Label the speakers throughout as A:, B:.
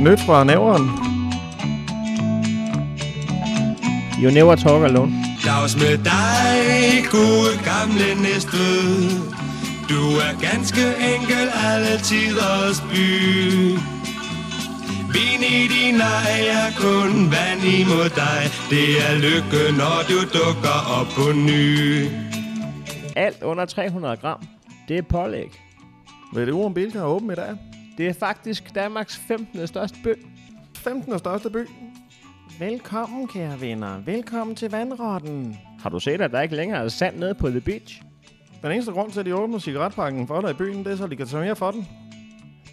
A: Nyt fra næveren.
B: You never talk alone.
C: Dags med dig, gode gamle næste. Du er ganske enkel alle tiders by. Vin i din ej er kun vand imod dig. Det er lykke, når du dukker op på ny.
B: Alt under 300 gram, det er pålæg.
A: VDU om Bilka er åben i dag.
B: Det er faktisk Danmarks 15. største bø.
A: 15. største by. Velkommen, kære venner. Velkommen til vandrotten.
B: Har du set, at der ikke længere er sand nede på The Beach?
A: Den eneste grund til, at de åbner cigaretpakken for dig i byen, det er, så de kan tage mere for den.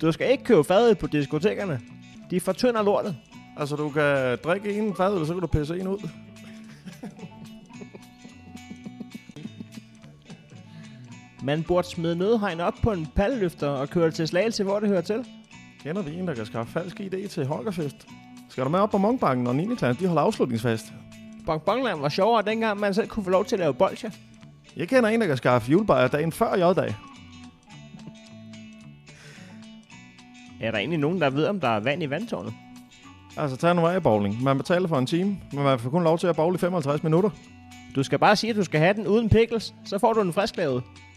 B: Du skal ikke købe fadet på diskotekerne. De fortynder lortet.
A: Altså, du kan drikke en fadøl, så kan du pisse en ud.
B: Man burde smide nødhegn op på en palleløfter og køre det til slagelse, hvor det hører til.
A: Kender vi en, der kan skaffe falsk idé til Holgerfest? Skal du med op på Munkbanken, når 9. klasse de holder afslutningsfest?
B: Bongbongland var sjovere dengang, man selv kunne få lov til at lave bolcher.
A: Jeg kender en, der kan skaffe julebajer dagen før J-dag.
B: Er der egentlig nogen, der ved, om der er vand i vandtårnet?
A: Altså, tag nu af i bowling. Man betaler for en time, men man får kun lov til at bowle i 55 minutter.
B: Du skal bare sige, at du skal have den uden pickles, så får du den frisklavet.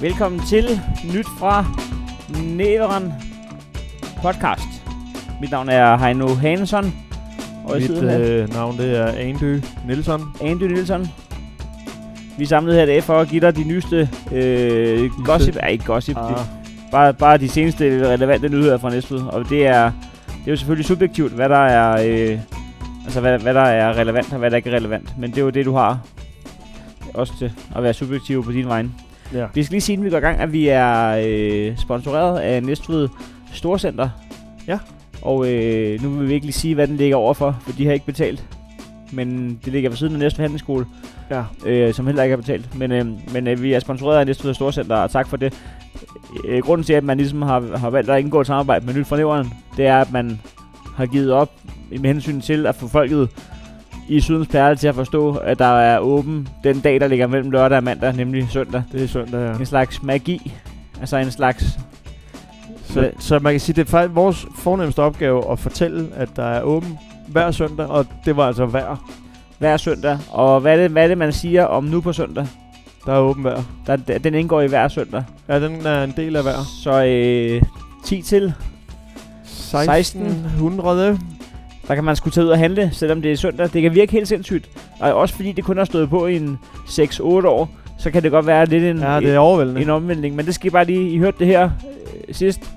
B: Velkommen til Nyt fra Næveren podcast. Mit navn er Heino Hansson, og jeg sidder her
A: øh, navn det er Andy Nielsen.
B: Andy Nielsen. Vi er samlet her i dag for at give dig de nyeste øh, gossip. Ej, ikke gossip. Ah. Det, bare, bare de seneste relevante nyheder fra Næstved. Og det er, det er jo selvfølgelig subjektivt, hvad der er, øh, altså hvad, hvad der er relevant og hvad der ikke er relevant. Men det er jo det, du har. Også til at være subjektiv på din vej.
A: Ja.
B: Vi skal lige sige, inden vi går i gang, at vi er øh, sponsoreret af Næstved Storcenter.
A: Ja.
B: Og øh, nu vil vi ikke lige sige, hvad den ligger overfor, for de har ikke betalt. Men det ligger ved siden af Næstved Handelsskole,
A: Ja.
B: øh, som heller ikke har betalt. Men, øh, men øh, vi er sponsoreret af Næstved Storcenter, og tak for det. Øh, grunden til, at man ligesom har, har valgt at indgå et samarbejde med Nyt Fornæveren, det er, at man har givet op med hensyn til at få folket i Sydens Perle til at forstå, at der er åben den dag, der ligger mellem lørdag og mandag, nemlig søndag.
D: Det er søndag, ja.
B: En slags magi, altså en slags...
D: Så, så man kan sige, det er faktisk vores fornemmeste opgave at fortælle, at der er åben hver søndag, og det var altså hver.
B: hver søndag. Og hvad er, det, hvad er det, man siger om nu på søndag?
D: Der er åben hver.
B: Der, den indgår i hver søndag.
D: Ja, den er en del af hver.
B: Så øh, 10 til.
D: 1600.
B: Der kan man skulle tage ud og handle, selvom det er søndag. Det kan virke helt sindssygt. Og også fordi det kun har stået på i en 6-8 år, så kan det godt være lidt en,
D: Ja, det er overvældende.
B: en, en omvendning. Men det skal I bare lige... I hørte det her øh, sidst.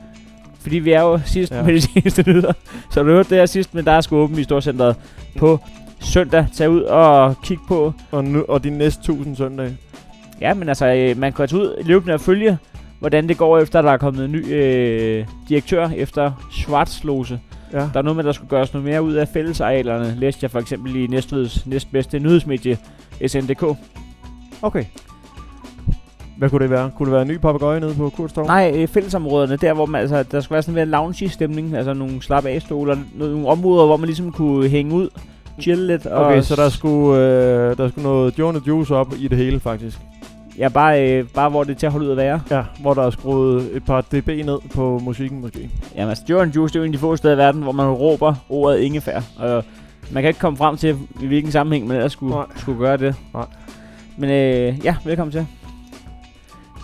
B: Fordi vi er jo sidst ja.
D: Ja.
B: med de seneste nyheder. Så har du hørte det her sidst, men der er sgu åbent i Storcenteret på søndag. Tag ud og kig på
D: Og, nu, og de næste 1000 søndage.
B: Ja, men altså, øh, man kan tage ud løbende og følge, hvordan det går efter, at der er kommet en ny øh, direktør efter Schwarzlose.
D: Ja.
B: Der er noget med, at der skulle gøres noget mere ud af fællesarealerne, læste jeg for eksempel i Næstveds næstbedste nyhedsmedie, SNDK.
D: Okay. Hvad kunne det være? Kunne det være en ny papegøje nede på Kurstov?
B: Nej, øh, fællesområderne, der hvor man, altså, der skulle være sådan en mere lounge-stemning, altså nogle slap af stoler, nogle områder, hvor man ligesom kunne hænge ud, chille lidt. Og
D: Okay, så der skulle, øh, der skulle noget Joan Juice op i det hele, faktisk.
B: Ja, bare, øh, bare hvor det er til at holde ud at være.
D: Ja, hvor der er skruet et par dB ned på musikken, måske.
B: Jamen altså, Joe Juice, det er jo en af de få steder i verden, hvor man råber ordet ingefær. Og man kan ikke komme frem til, i hvilken sammenhæng man ellers skulle,
D: Nej.
B: skulle gøre det.
D: Nej.
B: Men øh, ja, velkommen til.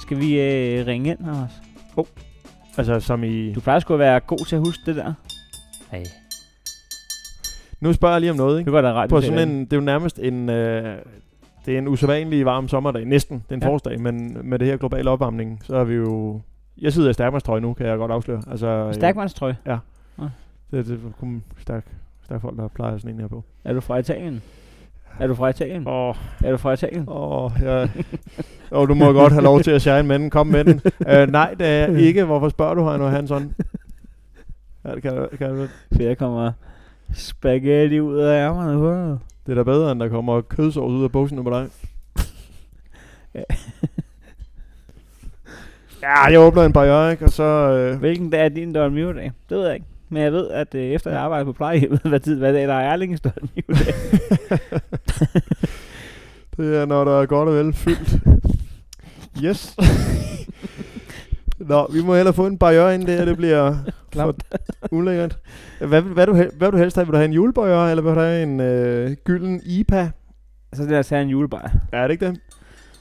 B: Skal vi øh, ringe ind, Anders?
D: Altså, som i...
B: Du plejer sgu at være god til at huske det der. Nej.
D: Nu spørger jeg lige om noget, ikke?
B: Det var da ret.
D: på sådan en, det er jo nærmest en, øh, det er en usædvanlig varm sommerdag, næsten, det er en
B: Ja.
D: ja. forårsdag, men med det her globale opvarmning, så er vi jo, jeg sidder i stærkmandstrøje nu, kan jeg godt afsløre. Altså, øh,
B: Stærkmandstrøje.
D: Det, det kun stærk, stærk folk, der plejer sådan en her på.
B: Er du fra Italien? Er du fra Italien?
D: Åh,
B: Er du fra Italien?
D: åh, jeg,
A: Og du må godt have lov til at shine med den. Kom med den. Øh, nej, det er jeg ikke. Hvorfor spørger du, Heino Hansson? Ja, det kan, du- kan du-
B: For jeg kommer spaghetti ud af ærmerne. Wow.
A: det er da bedre, end der kommer kødsovs ud af bukserne på dig. Ja, jeg åbner en barriere, ikke? Og så... Øh,
B: Hvilken dag er din Don Mio-dag? Det ved jeg ikke. Men jeg ved, at øh, efter jeg arbejder på plejehjemmet, hvad, tid, hvad dag der er Erlingens Don Mio-dag.
A: det er, når der er godt og vel fyldt. Yes. Nå, vi må hellere få en barriere ind der, det bliver for
B: Klamt.
A: ulækkert. Hvad, vil- hvad, du, hel- hvad vil du helst have? Vil du have en julebarriere, eller vil du have en øh, gylden IPA?
B: Så lad os have en julebar.
A: Ja, er det ikke det?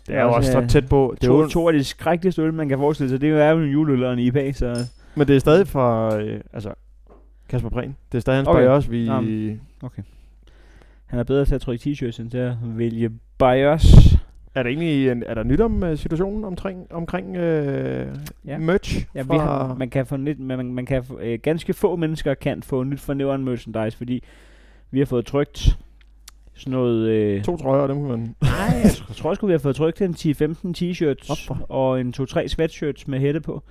A: Det er
B: Også,
A: jo også
B: øh,
A: så tæt på.
B: Det
A: Det er jo,
B: to, to af de skrækkeligste øl, man kan forestille sig. Det er jo en juleøl og en IPA, så...
A: Men det er stadig fra, øh, altså, Kasper Prehn. Det er stadig hans
B: Okay.
A: okay. også, vi...
B: Nå, Han er bedre til at trykke t-shirts, end til at vælge bios.
A: Er der egentlig en, er der nyt om uh, situationen omkring, omkring øh,
B: Ja.
A: ja. merch?
B: Ja, vi
A: fra,
B: har, man kan få lidt, man, man- man kan, få- øh, ganske få mennesker kan få nyt fra Neon Merchandise, fordi vi har fået trykt sådan noget... Øh,
A: To trøjer, dem kan man...
B: Nej, jeg tr- tror sgu, vi har fået trykt en 10-15 t-shirts
A: Hvorfor?
B: og en 2-3 sweatshirts med hætte på.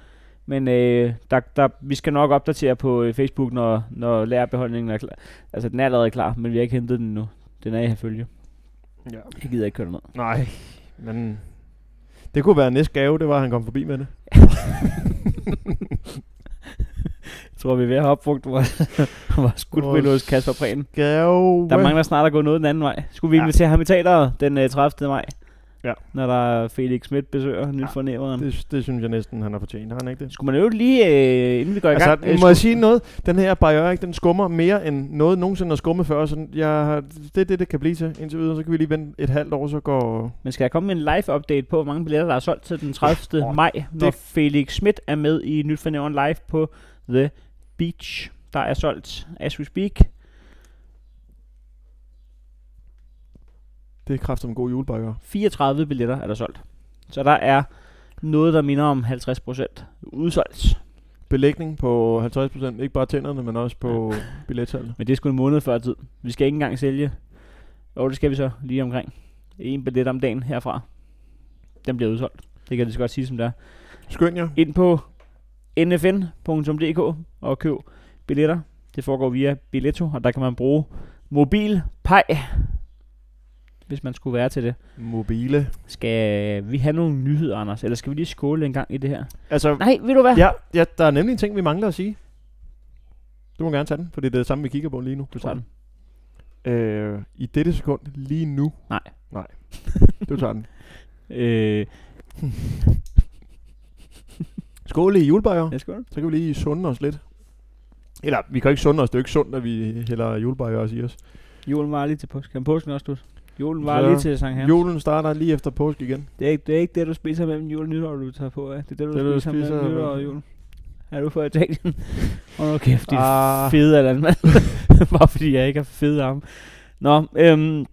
B: Men øh, der, der, vi skal nok opdatere på øh, Facebook, når, når lærerbeholdningen er klar. Altså, den er allerede klar, men vi har ikke hentet den nu. Den er i følge.
A: Ja.
B: Det gider jeg ikke køre med.
A: Nej, men... Det kunne være næste gave, det var, at han kom forbi med det.
B: Jeg tror, vi er ved at have opbrugt vores, vores goodwill hos Kasper Prehn.
A: Gave...
B: Der mangler snart at gå noget den anden vej. Skulle vi
A: Ja.
B: invitere ham i teateret den øh, 30. maj?
A: Ja.
B: Når der er Felix Schmidt besøger nyt ja. fornemmeren.
A: det, det synes jeg næsten, han har fortjent. Har han ikke det?
B: Skulle man jo lige, øh, inden vi går i
A: Altså,
B: gang... øh,
A: må jeg sige noget? Den her barriere, ikke, den skummer mere end noget nogensinde har skummet før. Så jeg, har- det er det, det kan blive til indtil videre. Så kan vi lige vente et halvt år, så går...
B: Men skal jeg komme med en live-update på, hvor mange billetter, der er solgt til den 30.
A: Åh,
B: maj, når Felix Schmidt er med i Nyt for Nævren Live på The Beach. Der er solgt, as we speak,
A: Det er kraft som god julebakker.
B: 34 billetter er der solgt. Så der er noget, der minder om 50% udsolgt.
A: Belægning på 50%, ikke bare tænderne, men også på billettallet.
B: Men det er sgu en måned før tid. Vi skal ikke engang sælge. Og det skal vi så lige omkring. En billet om dagen herfra. Den bliver udsolgt. Det kan jeg lige så godt sige, som det er.
A: Skøn jer.
B: ind på nfn.dk og køb billetter. Det foregår via Billetto, og der kan man bruge mobil pej, hvis man skulle være til det.
A: Mobile.
B: Skal vi have nogle nyheder, Anders? Eller skal vi lige skåle en gang i det her?
A: Altså,
B: Nej, ved du hvad?
A: ja, ja, der er nemlig en ting, vi mangler at sige. Du må gerne tage den, for det er det samme, vi kigger på lige nu.
B: Du tager den.
A: Øh, I dette sekund, lige nu.
B: Nej.
A: Nej. Du tager den.
B: Øh,
A: Skål i julebakker.
B: ja, skål.
A: Så kan vi lige sunde os lidt. Eller, vi kan jo ikke sunde os. Det er jo ikke sundt, at vi hælder julebakker os i os.
B: Julen var lige til påske. Kan påsken også slut? Julen var
A: Så-
B: lige til Sankt Hans.
A: Julen starter lige efter påske igen.
B: Det, er ikke, det er ikke det, du spiser mellem jul og nytår, du tager på. Ja. Det er det, du, det, du spiser, mellem nytår og jul. Er du fra Italien? Åh, oh, kæft, det
A: Ah.
B: fede af landmand. Bare fordi jeg ikke har fede arme. Nå, øhm,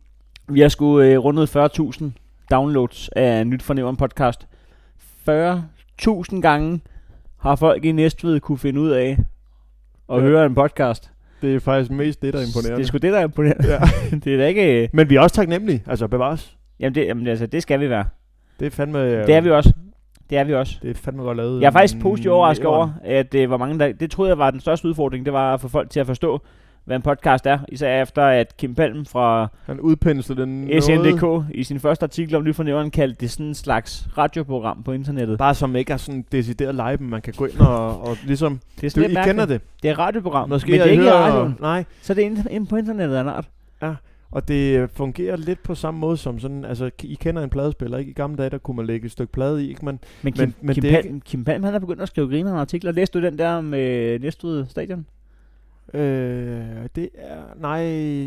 B: vi har sgu øh, rundet 40.000 downloads af Nyt Fornævren podcast. 40.000 gange har folk i Næstved kunne finde ud af at
A: Ja.
B: høre en podcast.
A: Det er faktisk mest det, der er
B: Det er
A: imponerende.
B: sgu det, der er imponerende.
A: Ja.
B: det er da ikke... Øh,
A: Men vi er også taknemmelige. Altså, bevares.
B: jamen, det, jamen, altså, det skal vi være.
A: Det er fandme... øh,
B: Det er vi også. Det er vi også.
A: Det er fandme godt lavet. Mm,
B: Jeg er faktisk positivt overrasket
A: Næveren.
B: over, at øh, hvor mange der, det troede jeg var den største udfordring, det var at få folk til at forstå, hvad en podcast er. Især efter, at Kim Palm fra
A: Han udpenslede den noget.
B: SNDK i sin første artikel om Nyfornævren kaldte det sådan en slags radioprogram på internettet.
A: Bare som ikke er sådan decideret live, men man kan gå ind og, og ligesom...
B: Det er
A: Du,
B: sådan lidt
A: I kender
B: mærkeligt.
A: det.
B: Det er et radioprogram,
A: Måske
B: men det
A: jeg
B: er ikke i
A: hører-
B: radioen.
A: Nej,
B: Så det er inde, inde på internettet af en art.
A: og det øh, fungerer lidt på samme måde som sådan... Altså, k- I kender en pladespiller, ikke? I gamle dage, der kunne man lægge et stykke plade i, ikke? Men
B: Men Kim, men,
A: Men- men
B: Kim,
A: det er
B: Palm, Kim Palm, han er begyndt at skrive grinerende artikler. Læste du den der om øh, Næstved Stadion?
A: øh, det er... Nej,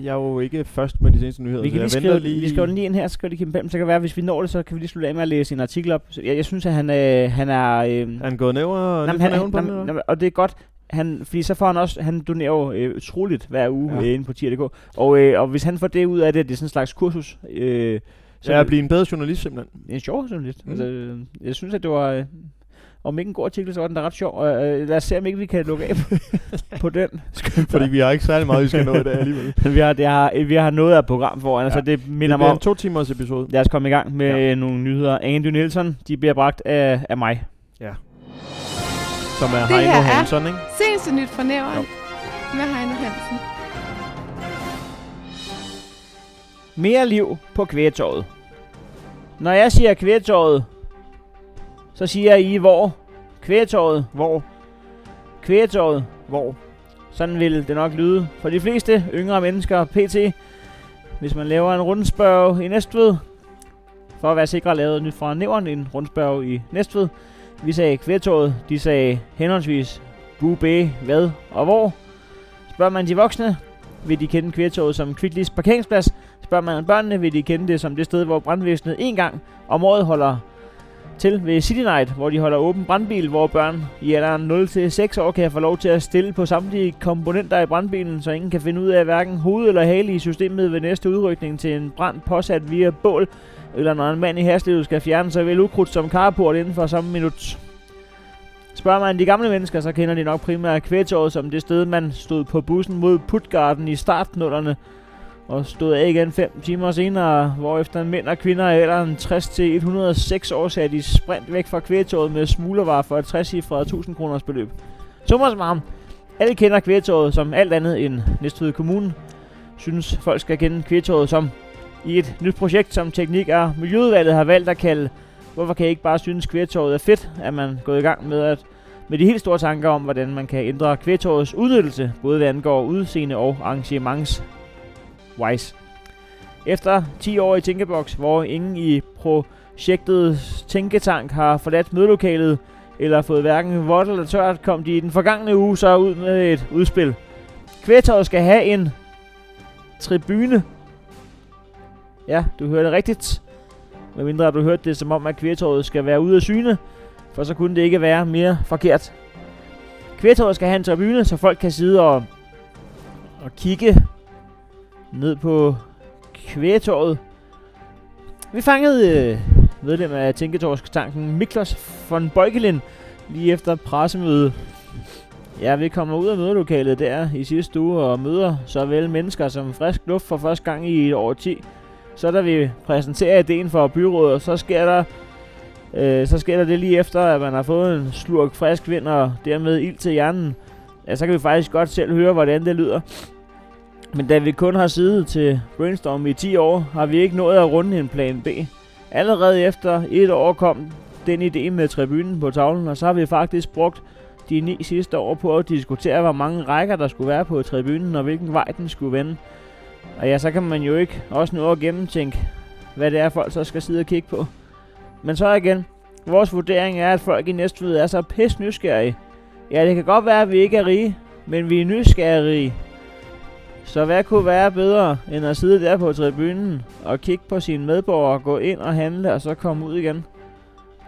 A: jeg er jo ikke først med de seneste nyheder.
B: Vi
A: så
B: kan lige
A: jeg venter
B: skrive, lige... vi skriver den lige ind her, så skriver det Kim Palm. Så kan det være, hvis vi når det, så kan vi lige slutte af med at læse en artikel op. Så jeg, jeg synes, at han, øh, han er... Øh,
A: Er han gået nævre?
B: Jamen, han, han, jamen, jamen, og det er godt, han, fordi så får han også, han donerer jo øh, utroligt hver uge ja.
A: Ja.
B: øh, inde på tier.dk, og, øh, og hvis han får det ud af det, at det er sådan en slags kursus, øh,
A: Så jeg er blevet en bedre journalist, simpelthen.
B: en sjov journalist.
A: Mm.
B: Mm. Altså, øh, jeg synes, at det var... Øh, om ikke en god artikel, så var den da ret sjov. Øh, øh, lad os se, om ikke vi kan lukke af på, på den. Skynd
D: Fordi vi har ikke særlig meget, vi skal nå i dag alligevel.
B: dig. vi, har, det har, øh, vi har noget af et program foran, ja. så
D: Ja.
B: det
D: Det
B: minder mig
D: er
B: om.
D: en to timers episode.
B: Lad os komme i gang med ja. nogle nyheder. Andy Nielsen, de bliver bragt af, af mig.
D: Som er
E: Det her
D: Heino
E: er-
D: Hansen, ikke?
E: Seneste nyt fra Nævren med Heino Hansen.
B: Mere liv på kvægetåret. Når jeg siger kvægetåret, så siger I hvor? Kvægetåret,
D: Hvor?
B: kvægetåret.
D: Hvor?
B: Sådan vil det nok lyde for de fleste yngre mennesker pt. Hvis man laver en rundspørg i Næstved, for at være sikre lavet nyt fra nævren en rundspørg i Næstved. Vi sagde kvægtåret, de sagde henholdsvis bu, bæ, hvad og hvor. Spørger man de voksne, vil de kende kvægtåret som Kvicklis parkeringsplads. Spørger man børnene, vil de kende det som det sted, hvor brandvæsenet en gang om året holder til ved City Night, hvor de holder åben brandbil, hvor børn i alderen 0-6 år kan få lov til at stille på samtlige komponenter i brandbilen, så ingen kan finde ud af hverken hoved eller hale i systemet ved næste udrykning til en brand påsat via bål, eller når en mand i hastighed skal fjerne såvel ukrudt som carport inden for samme minut. Spørger man de gamle mennesker, så kender de nok primært kvægtåret som det sted, man stod på bussen mod Puttgarden i startnullerne, og stod af igen 5 timer senere, hvorefter mænd og kvinder i alderen 60-106 år satte i sprint væk fra kvægtåret med smuglervarer for et 60 1000 kroners beløb. Thomas Marm, alle kender kvægtåret som alt andet end Næstved Kommune, synes folk skal kende kvægtåret som i et nyt projekt, som Teknik og Miljøudvalget har valgt at kalde Hvorfor kan I ikke bare synes, kvægtåret er fedt, at man gået i gang med at med de helt store tanker om, hvordan man kan ændre kvægtårets udnyttelse, både hvad angår udseende og arrangements Wise. Efter 10 år i Tænkeboks, hvor ingen i projektets tænketank har forladt mødelokalet eller fået hverken vådt eller tørt, kom de i den forgangne uge så ud med et udspil. Kvægtorvet skal have en tribune. Ja, du hørte rigtigt. Medmindre du hørte det som om, at kvægtorvet skal være ude af syne, for så kunne det ikke være mere forkert. Kvægtorvet skal have en tribune, så folk kan sidde og, og kigge ned på kvægetåret. Vi fangede øh, medlem af Tænketorsktanken Miklos von Beukelin lige efter pressemødet. Ja, vi kommer ud af mødelokalet der i sidste uge og møder såvel mennesker som frisk luft for første gang i et år 10. Så da vi præsenterer ideen for byrådet, så sker der øh, så sker der det lige efter, at man har fået en slurk frisk vind og dermed ild til hjernen. Ja, så kan vi faktisk godt selv høre, hvordan det lyder. Men da vi kun har siddet til brainstorm i 10 år, har vi ikke nået at runde en plan B. Allerede efter et år kom den idé med tribunen på tavlen, og så har vi faktisk brugt de ni sidste år på at diskutere, hvor mange rækker der skulle være på tribunen, og hvilken vej den skulle vende. Og ja, så kan man jo ikke også nå at gennemtænke, hvad det er, folk så skal sidde og kigge på. Men så igen, vores vurdering er, at folk i Næstved er så pis nysgerrige. Ja, det kan godt være, at vi ikke er rige, men vi er nysgerrige. Så hvad kunne være bedre, end at sidde der på tribunen og kigge på sine medborgere, gå ind og handle, og så komme ud igen?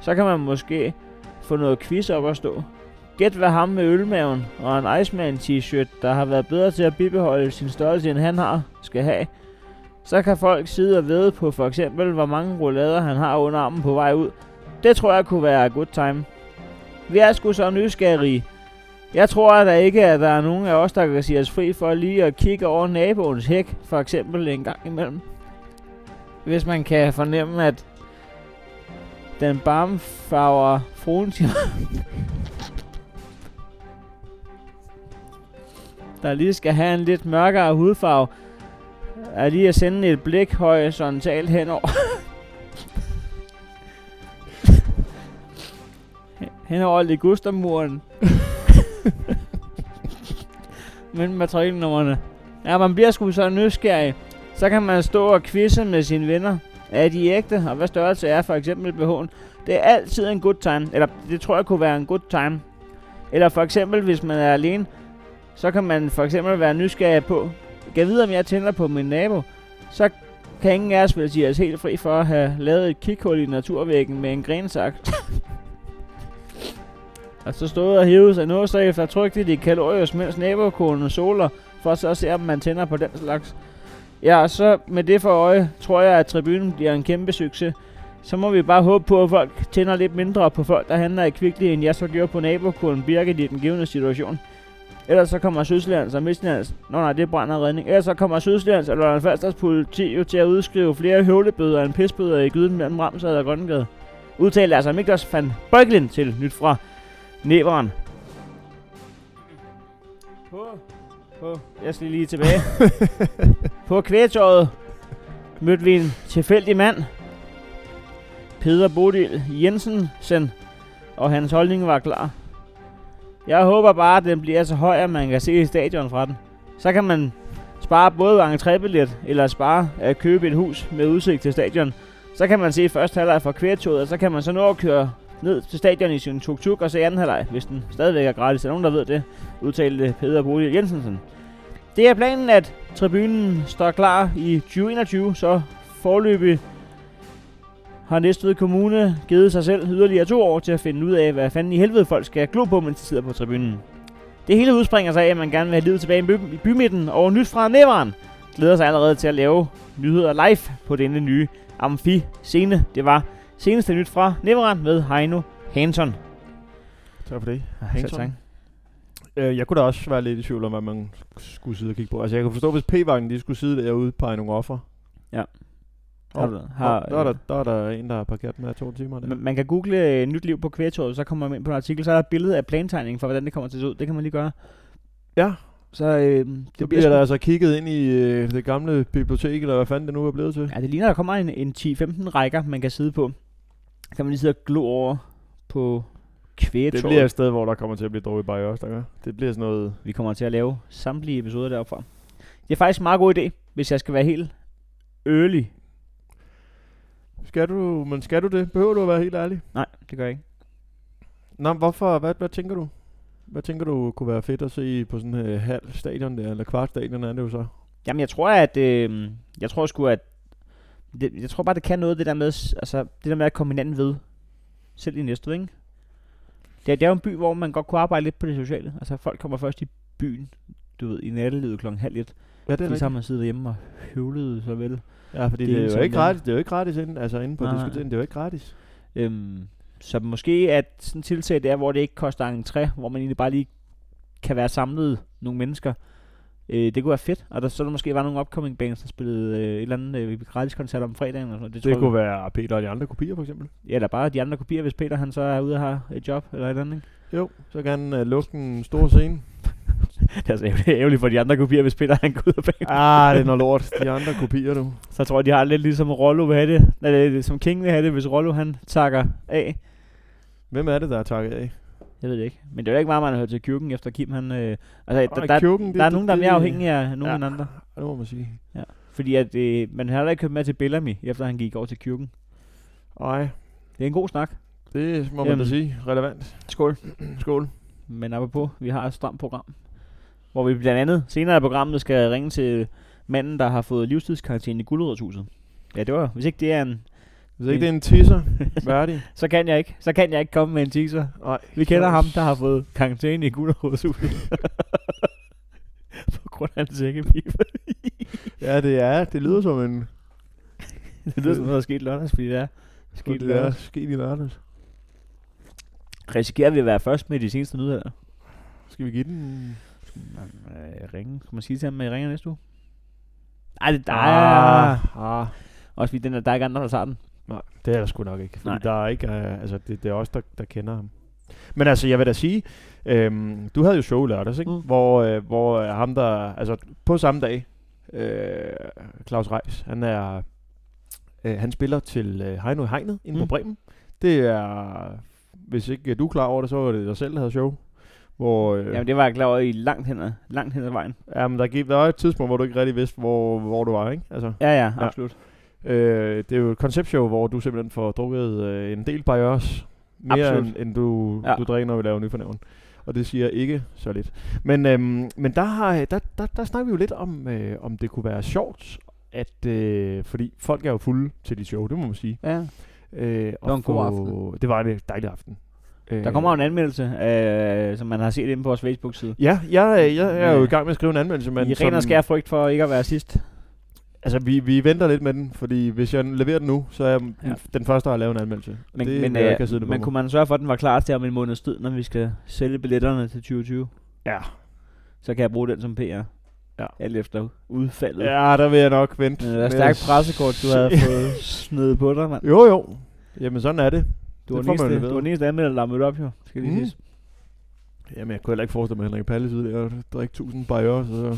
B: Så kan man måske få noget quiz op at stå. Gæt hvad ham med ølmaven og en Iceman t-shirt, der har været bedre til at bibeholde sin størrelse, end han har, skal have. Så kan folk sidde og vede på for eksempel, hvor mange roulader han har under armen på vej ud. Det tror jeg kunne være good time. Vi er sgu så nysgerrige, jeg tror da ikke, at der er nogen af os, der kan sige os fri for lige at kigge over naboens hæk, for eksempel en gang imellem. Hvis man kan fornemme, at den barmfarver fruen til der lige skal have en lidt mørkere hudfarve, er lige at sende et blik horisontalt henover. henover Ligustermuren mellem matrikelnummerne. Ja, man bliver sgu så nysgerrig. Så kan man stå og quizze med sine venner. Er de ægte, og hvad størrelse er for eksempel BH'en? Det er altid en good time. Eller det tror jeg kunne være en good time. Eller for eksempel, hvis man er alene, så kan man for eksempel være nysgerrig på. Kan vide, om jeg tænder på min nabo? Så kan ingen af os vel sige os helt fri for at have lavet et kikhul i naturvæggen med en grensak. Og så stod og hævede sig noget, så efter trygt i de kalorier, mens nabokonen soler, for så at se, om man tænder på den slags. Ja, og så med det for øje, tror jeg, at tribunen bliver en kæmpe succes. Så må vi bare håbe på, at folk tænder lidt mindre på folk, der handler i kvickly, end jeg så gjorde på nabokuren Birgit i den givende situation. Ellers så kommer Sydsjællands og Midtjyllands. Nå nej, det brænder og redning. Ellers så kommer Sydsjællands og Lolland Falsters politi jo til at udskrive flere høvlebøder end pisbøder i gyden mellem Ramsad og Grønnegade. Udtaler altså Miklas van Bøjklin til nyt fra Næveren. På, på, jeg skal lige tilbage. på kvægetøjet mødte vi en tilfældig mand. Peder Bodil Jensensen, og hans holdning var klar. Jeg håber bare, at den bliver så høj, at man kan se stadion fra den. Så kan man spare både entrébillet, eller spare at købe et hus med udsigt til stadion. Så kan man se første halvleg fra kvægtoget, og så kan man så nå at køre ned til stadion i sin tuk-tuk og se anden halvleg, hvis den stadigvæk er gratis. Er der nogen, der ved det? Udtalte Peder Bodil Jensensen. Det er planen, at tribunen står klar i 2021, så forløbig har Næstved Kommune givet sig selv yderligere to år til at finde ud af, hvad fanden i helvede folk skal glo på, mens de sidder på tribunen. Det hele udspringer sig af, at man gerne vil have livet tilbage i by- i bymidten, og nyt fra Næveren glæder sig allerede til at lave nyheder live på denne nye Amfi-scene. Det var seneste nyt fra Næveren med Heino Hanson.
D: Tak for det.
B: Selv tak.
D: Øh, jeg kunne da også være lidt i tvivl om, hvad man skulle sidde og kigge på. Altså, jeg kan forstå, hvis P-vagten de skulle sidde der og udpege nogle offer.
B: Har, du-
D: Har, der,
B: øh,
D: er der, der er der en, der har parkeret med to timer. Der.
B: Man, man kan google øh, nyt liv på kvægtoget, så kommer man ind på en artikel, så er der et billede af plantegningen for, hvordan det kommer til at se ud. Det kan man lige gøre.
D: Ja.
B: Så øh,
D: så
B: det
D: bliver
B: bliver
D: der
B: der.
D: altså kigget ind i øh, det gamle bibliotek, eller hvad fanden det nu er blevet til.
B: Ja, det ligner, der kommer en, en 10-15 rækker, man kan sidde på. Kan man lige sidde og glo over på
D: Det
B: kvægtoget.
D: bliver et sted, hvor der kommer til at blive drukket bare også, der gør. Det bliver sådan noget...
B: Vi kommer til at lave samtlige episoder deroppe. Det er faktisk en meget god idé, hvis jeg skal være helt early.
D: Skal du, men skal du det? Behøver du at være helt ærlig?
B: Nej, det gør jeg ikke.
D: Nå, men hvorfor? Hvad, hvad tænker du? Hvad tænker du kunne være fedt at se på sådan en øh, halv stadion der, eller kvart stadion er det jo så?
B: Jamen, jeg tror, at... Øh, jeg tror sgu, at... Det, jeg tror bare, det kan noget, det der med, s- altså, det der med at komme hinanden ved. Selv i næste, ikke? Det er, det er jo en by, hvor man godt kunne arbejde lidt på det sociale. Altså, folk kommer først i byen, du ved, i nattelivet klokken halv et.
D: Ja, det
B: Fordi så har man siddet hjemme og høvlede så vel.
D: Ja, fordi
B: Det er
D: det, det er jo
B: sådan
D: ikke
B: der.
D: gratis. Det er jo ikke gratis inde, altså inde på
B: Nej.
D: diskoteken. Det er jo ikke gratis.
B: Øhm, så måske at sådan et tiltag der, hvor det ikke koster entré, hvor man egentlig bare lige kan være samlet nogle mennesker, øh, det kunne være fedt. Og der, så der måske var nogle upcoming bands, der spillede øh, et eller andet øh, gratis koncert om fredagen. Eller sådan. noget. Det, tror
D: Det
B: jeg-
D: kunne være Peter og de andre kopier, for eksempel.
B: Ja, eller bare de andre kopier, hvis Peter han så er ude og har et job eller et eller andet. Ikke?
D: Jo, så kan han uh, lukke en stor scene.
B: Det er altså ærgerligt, ærgerligt for de andre kopier, hvis Peter han går ud og bag.
D: ah, det er noget lort. De andre kopier, du.
B: Så tror jeg, de har lidt ligesom Rollo vil have det. Eller, som King vil have det, hvis Rollo han takker af.
D: Hvem er det, der er takket af?
B: Jeg ved det ikke. Men det er jo ikke meget, man har hørt til Kyrken efter Kim han... Øh, altså, der,
D: Ej,
B: der,
D: Kjuken, det-
B: der er
D: det-
B: nogen, der er
D: det-
B: mere afhængige af nogen
D: Ja.
B: end andre.
D: Det må man sige.
B: Fordi at, øh, man har heller ikke købt med til Bellamy, efter han gik over til Kyrken.
D: Ej,
B: Det er en god snak.
D: det må man
B: Jamen.
D: da sige. Relevant.
B: Skål.
D: Skål.
B: Men apropos, vi har et stramt program, hvor vi blandt andet senere i programmet skal ringe til manden, der har fået livstidskarantæne i Guldrødshuset. Ja, det var Hvis ikke det er en...
D: Hvis ikke det er en tisser, værdig.
B: Så kan jeg ikke. Så kan jeg ikke komme med en teaser.
D: Nej.
B: Vi kender ham, der har fået karantæne i Guldrødshuset. på grund af en sækkepip.
D: Ja, det er. Det lyder som en...
B: det lyder som noget, der er sket lørdags, fordi det er sket
D: Det er
B: lørdags.
D: sket i lørdags.
B: Risikerer vi at være først med de seneste nyheder?
D: Skal vi give den...
B: Øh, ringe. Skal man sige til ham, at I ringer næste uge? Nej, det er
D: Ah,
B: ah.
D: ah.
B: Også fordi den er, der er ikke andre, der tager den.
D: Nej, det er der sgu nok ikke. Fordi
B: Nej.
D: Nej. der er ikke, øh, altså, det, det er os, der, der kender ham. Men altså, jeg vil da sige, øhm, du havde jo show i lørdags, ikke?
B: Mm.
D: Mm. Hvor, øh, hvor øh, ham der, altså på samme dag, øh, Claus Reis, han er, øh, han spiller til øh, Heino i Hegnet inde mm. på
B: Mm.
D: Bremen. Det er, hvis ikke øh, du er klar over det, så var det dig selv, der havde show. Hvor, øh,
B: Jamen, det var jeg klar over i langt hen ad, langt hen ad vejen.
D: jamen, der, gik, der var et tidspunkt, hvor du ikke rigtig vidste, hvor, hvor du var, ikke? Altså,
B: Ja, ja,
D: Ja.
B: absolut.
D: Øh, det er jo et konceptshow, hvor du simpelthen får drukket øh, en del bajers. Mere
B: Absolut.
D: end, end, du,
B: Ja.
D: ja. du drikker, når vi laver ny fornævn. Og det siger ikke så lidt. Men, øhm, men der, har, øh, der, der, der snakker vi jo lidt om, øh, om det kunne være sjovt, at, øh, fordi folk er jo fulde til de show, det må man sige.
B: Ja.
D: Øh, det
B: var en god aften.
D: Det var en dejlig aften. Øh,
B: Der kommer jo en anmeldelse, øh, som man har set inde på vores Facebook-side.
D: Ja, jeg, jeg, jeg er jo
B: Øh,
D: i gang med at skrive en anmeldelse.
B: Men
D: Men
B: I ren og skær frygt for ikke at være sidst.
D: Altså, vi, vi venter lidt med den, fordi hvis jeg leverer den nu, så er jeg den-
B: Ja.
D: den første, der har lavet en anmeldelse.
B: Men,
D: det,
B: men,
D: vil jeg
B: øh,
D: ikke have siddende på
B: men
D: mig.
B: kunne man sørge for, at den var klar til om en måneds tid, når vi skal sælge billetterne til 2020?
D: Ja.
B: Så kan jeg bruge den som PR.
D: Ja.
B: Alt efter udfaldet.
D: Ja, der vil jeg nok vente.
B: Men det var
D: med
B: stærkt
D: at
B: pressekort, du havde
D: se.
B: fået snedet på dig, mand.
D: Jo, jo. Jamen, sådan er det.
B: Du
D: Det
B: var, den
D: får man jo
B: eneste,
D: ved.
B: du var den eneste anmelder, der har mødt op, jo. Skal lige
D: Mm.
B: mm. sige.
D: Jamen, jeg kunne heller ikke forestille mig, at Henrik Palle sidder der og drikker 1000 bajer, så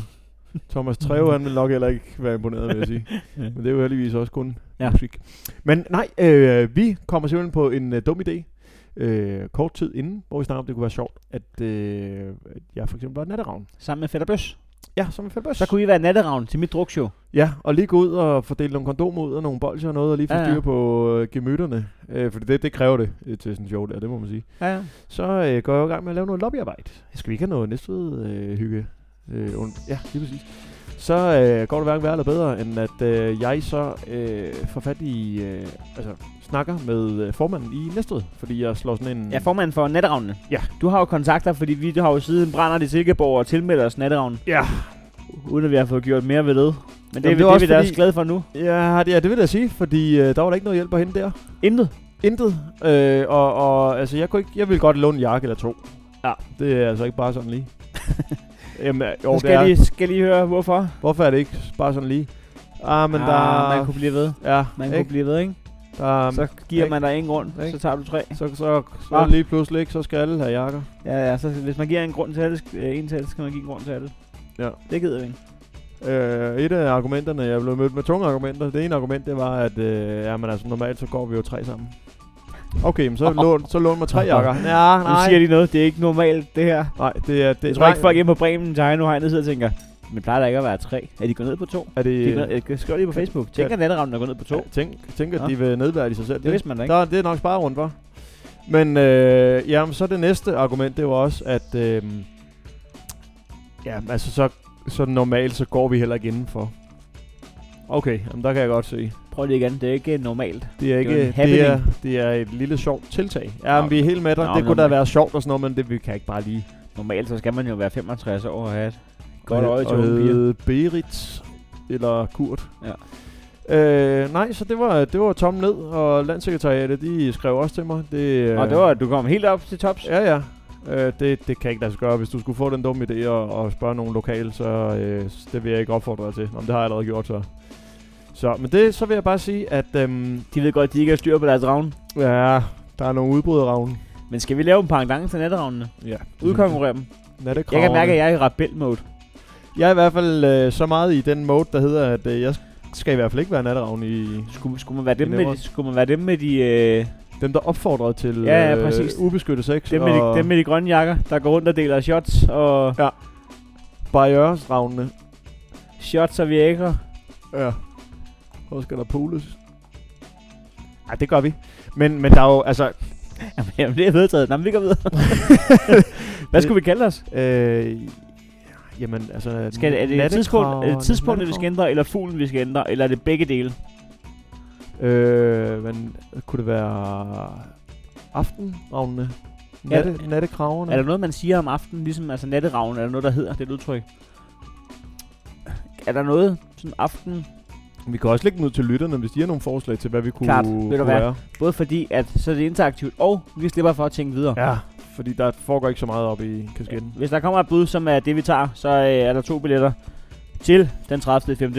D: Thomas Treve, han vil nok heller ikke være imponeret, vil jeg sige. Men det er jo heldigvis også kun ja.
B: Ja.
D: musik. Men nej, øh, vi kommer simpelthen på en øh, dum idé øh, kort tid inden, hvor vi snakker om, det kunne være sjovt, at, øh, at jeg for eksempel var natteravn.
B: Sammen med Fætter Bøs.
D: Ja, som en fælbøs.
B: Så kunne I være natteravn til mit drukshow.
D: Ja, og lige gå ud og fordele nogle kondomer ud og nogle bolcher og noget, og lige få
B: Ja, ja.
D: styr på øh, gemytterne. Øh, for det, det kræver det øh, til sådan en show der, det må man sige.
B: Ja, ja.
D: Så øh, går jeg jo i gang med at lave noget lobbyarbejde. Skal vi ikke have noget næstved øh, hygge? Øh, und- ja, lige præcis. Så øh, går det hverken værre eller bedre, end at øh, jeg så øh, får fat i, øh, altså snakker med øh, formanden i Næstved, fordi jeg slår sådan en...
B: Ja, formanden for natteravnene.
D: Ja.
B: Du har jo kontakter, fordi vi har jo siden brænder i Silkeborg og tilmelder os natteravnen.
D: Ja.
B: Uden at vi har fået gjort mere ved det. Men det, Jamen,
D: Jamen, det
B: det, det,
D: er også
B: vi da
D: fordi-
B: også glade for nu.
D: ja, det, ja, det vil jeg sige, fordi øh, der var der ikke noget hjælp at hente der.
B: Intet.
D: Intet. Øh, og, og altså, jeg, kunne ikke, jeg ville godt låne en jakke eller to. Ja. Det er altså ikke bare sådan lige. Jamen, øh, jo,
B: Så
D: det er.
B: skal, lige, skal lige høre, hvorfor.
D: Hvorfor er det ikke bare sådan lige? Ah, men
B: ah,
D: der...
B: Man kunne blive ved.
D: ja,
B: Man
D: ikke?
B: kunne blive ved, ikke?
D: Der,
B: så Ah. giver
D: ikke?
B: man dig en grund,
D: Ikke?
B: så tager du tre.
D: Så, så, så
B: Hva?
D: lige pludselig ikke, så skal alle have jakker.
B: Ja, ja, så hvis man giver en grund til alle, sk- øh, en til alle, så skal man give en grund til alle.
D: Ja.
B: Det gider vi ikke.
D: Øh, et af argumenterne, jeg blev mødt med tunge argumenter, det ene argument, det var, at øh, jamen, altså, normalt så går vi jo tre sammen. Okay, men så, lån, så lån mig tre jakker. Ja,
B: Nu
D: nej.
B: siger de noget, det er ikke normalt, det her.
D: Nej, det er... Det,
B: Jeg tror ikke, folk hjemme på Bremen til nu hegnet sidder og tænker, men plejer der ikke at være tre? Er de gået ned på to?
D: Er
B: De
D: det...
B: er gået, jeg skriver lige på Facebook. Tænk,
D: Ja.
B: at natteravnen er gået ned på to.
D: Ja, tænk, tænk, at
B: Nå.
D: de vil nedværdige sig selv.
B: Det vidste man da ikke.
D: Der, det er nok sparet var. Men øh, jamen, så det næste argument, det var også, at øh, jamen, altså, så, så normalt, så går vi heller ikke indenfor. Okay, jamen, der kan jeg godt se.
B: Prøv lige igen, det er ikke normalt.
D: Det
B: Det
D: er
B: er
D: ikke,
B: jo en
D: det er, det, er,
B: happening.
D: et lille sjovt tiltag. Ja,
B: Nå.
D: men vi er helt med dig.
B: Nå,
D: det
B: men
D: kunne da
B: normalt.
D: være sjovt og sådan noget, men det vi kan ikke bare lige.
B: Normalt så skal man jo være 65 år og have et godt
D: Og-
B: øje til
D: og
B: unge piger.
D: hedde Berit eller Kurt.
B: Ja.
D: Øh, nej, så det var, det var tom ned, og landsekretariatet, de skrev også til mig. Det,
B: Og
D: øh,
B: det var, du kom helt op til tops.
D: Ja, ja. Øh, det, det kan ikke lade sig gøre. Hvis du skulle få den dumme idé og, og spørge nogen lokal, så øh, s- det vil jeg ikke opfordre dig til. Nå, men det har jeg allerede gjort, så. Så, men det, så vil jeg bare sige, at øhm,
B: De ved godt, at de ikke har styr på deres ravn.
D: ja, der er nogle udbrud af ravnen.
B: Men skal vi lave en pendant til natteravnene?
D: Ja.
B: Udkonkurrere dem. Jeg kan mærke, at jeg er i rebel-mode.
D: Jeg er i hvert fald øh, så meget i den mode, der hedder, at øh, jeg skal i hvert fald ikke være natteravn i
B: Skulle, skulle, man være dem
D: Det er
B: med, de,
D: vores.
B: skulle man være dem med de, øh,
D: dem, der opfordrer til
B: Ja, ja, præcis.
D: Øh, ubeskyttet sex
B: dem, med
D: og
B: de, dem med de grønne jakker, der går rundt og deler shots og
D: barrieresravnene.
B: shots og viagra?
D: Ja. Hvor skal der pules? Ja, det gør vi. Men, men der er jo, altså,
B: Jamen, det er vedtaget. Nå, men vi går videre. Hvad skulle vi kalde os?
D: øh, jamen, altså...
B: Skal, er det et
D: nattekrav-
B: tidspunkt, er det tidspunktet, vi skal
D: nattekrav?
B: ændre, eller fuglen, vi skal ændre, eller er det begge dele?
D: Øh, men kunne det være aftenravnene? Natte,
B: Ja.
D: nattekraverne?
B: Er der noget, man siger om aftenen, ligesom altså natteravn, er der noget, der hedder det er et udtryk? Er der noget sådan aften,
D: Vi kan også lægge den ud til lytterne, hvis de har nogle forslag til, hvad vi kunne,
B: Klart. Ved du
D: kunne
B: hvad?
D: være.
B: både fordi, at så er det interaktivt, og vi slipper for at tænke videre.
D: Ja, fordi der foregår ikke så meget op i kasketten.
B: Hvis der kommer et bud, som er det, vi tager, så øh, er der to billetter til den 30.5.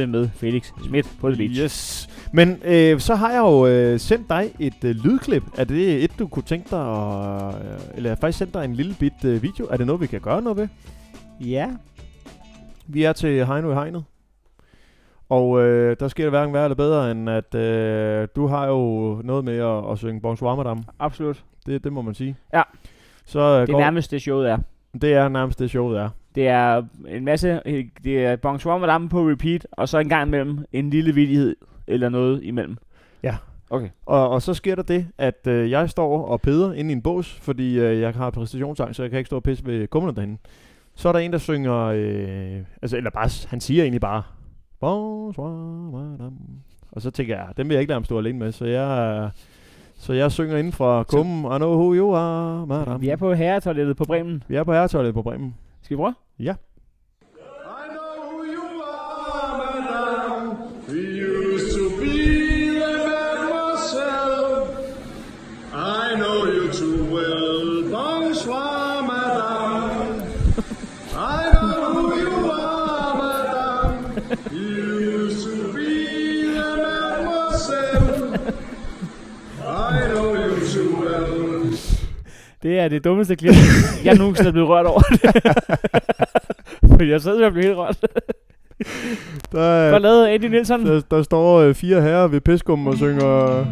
B: med Felix Schmidt på The Beach.
D: Yes. Men øh, så har jeg jo øh, sendt dig et øh, lydklip. Er det et, du kunne tænke dig at... Øh, eller jeg har faktisk sendt dig en lille bit øh, video. Er det noget, vi kan gøre noget ved?
B: Ja.
D: Vi er til Heino i Hegnet. Og øh, der sker det hverken værre eller bedre, end at øh, du har jo noget med at, at synge Bonsoir Madame.
B: Absolut.
D: Det, det må man sige.
B: Ja.
D: Så, øh,
B: Det er
D: går,
B: nærmest det showet er.
D: det er nærmest det showet er.
B: Det er en masse, øh, det er bonsoir madame på repeat, og så en gang imellem en lille vidighed eller noget imellem.
D: Ja.
B: Okay.
D: Og, og så sker der det, at øh, jeg står og peder inde i en bås, fordi øh, jeg har præstationsangst, så jeg kan ikke stå og pisse ved kummerne derinde. Så er der en, der synger, øh, altså, eller bare, s- han siger egentlig bare, Bonsoir, madame. Og så tænker jeg, den vil jeg ikke lade ham stå alene med, så jeg, så jeg synger inden fra Kum, I know who you are, madame.
B: Vi er på herretoilettet på Bremen.
D: vi er på herretøjlet på Bremen.
B: Skal vi prøve?
D: Ja.
F: I know who you are, madame. We
C: to will. Bonsoir, madame. I know who you are, madame. You used to be a mademoiselle. I know you too well.
B: Det er det dummeste klip, jeg nogensinde er blevet rørt over det. Fordi jeg sad og blev helt rørt.
D: Der,
B: Godt lavet, Andy Nielsen.
D: der, der står øh, fire herrer ved piskum og synger...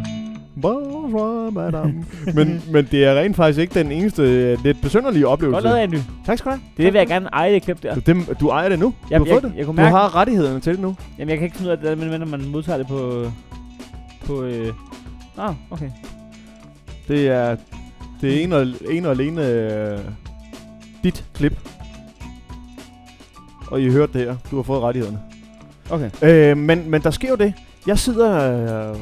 D: Bonsoir, madame. men, men det er rent faktisk ikke den eneste øh, lidt besynderlige
B: Godt
D: oplevelse.
B: lavet, Andy.
D: Tak skal du have.
B: Det vil jeg gerne eje det klip der.
D: Du, dem, du ejer det nu. Du
B: Jamen,
D: har fået
B: jeg,
D: det.
B: jeg, kunne
D: Du
B: mærke,
D: har rettighederne til det nu.
B: jamen, jeg kan ikke finde ud af det der, med, når man modtager det på... På... Øh. Ah, okay.
D: Det er, det er en, og, en og alene øh, dit klip. Og I hørte det her. Du har fået rettighederne.
B: Okay.
D: Øh, men, men der sker jo det. Jeg sidder, øh,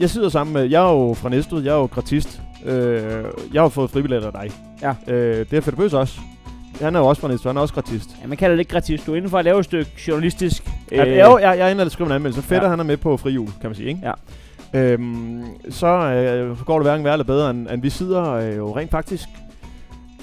D: jeg sidder sammen med... Jeg er jo fra Næstved. Jeg er jo gratist. Øh, jeg har jo fået fribilletter af dig.
B: Ja.
D: Øh, det er Fedte Bøs også. Han er jo også fra Næstved. Han er også gratist.
B: Ja, man kalder det ikke gratis. Du er inden for at lave et stykke journalistisk...
D: Øh. Jeg, jeg, jeg, jeg er inde og skrive en anmeldelse. Fætter, ja.
B: Ja.
D: han er med på frihjul, kan man sige, ikke?
B: Ja.
D: Øhm, så øh, går det hverken værre eller bedre, end, end vi sidder øh, jo rent faktisk.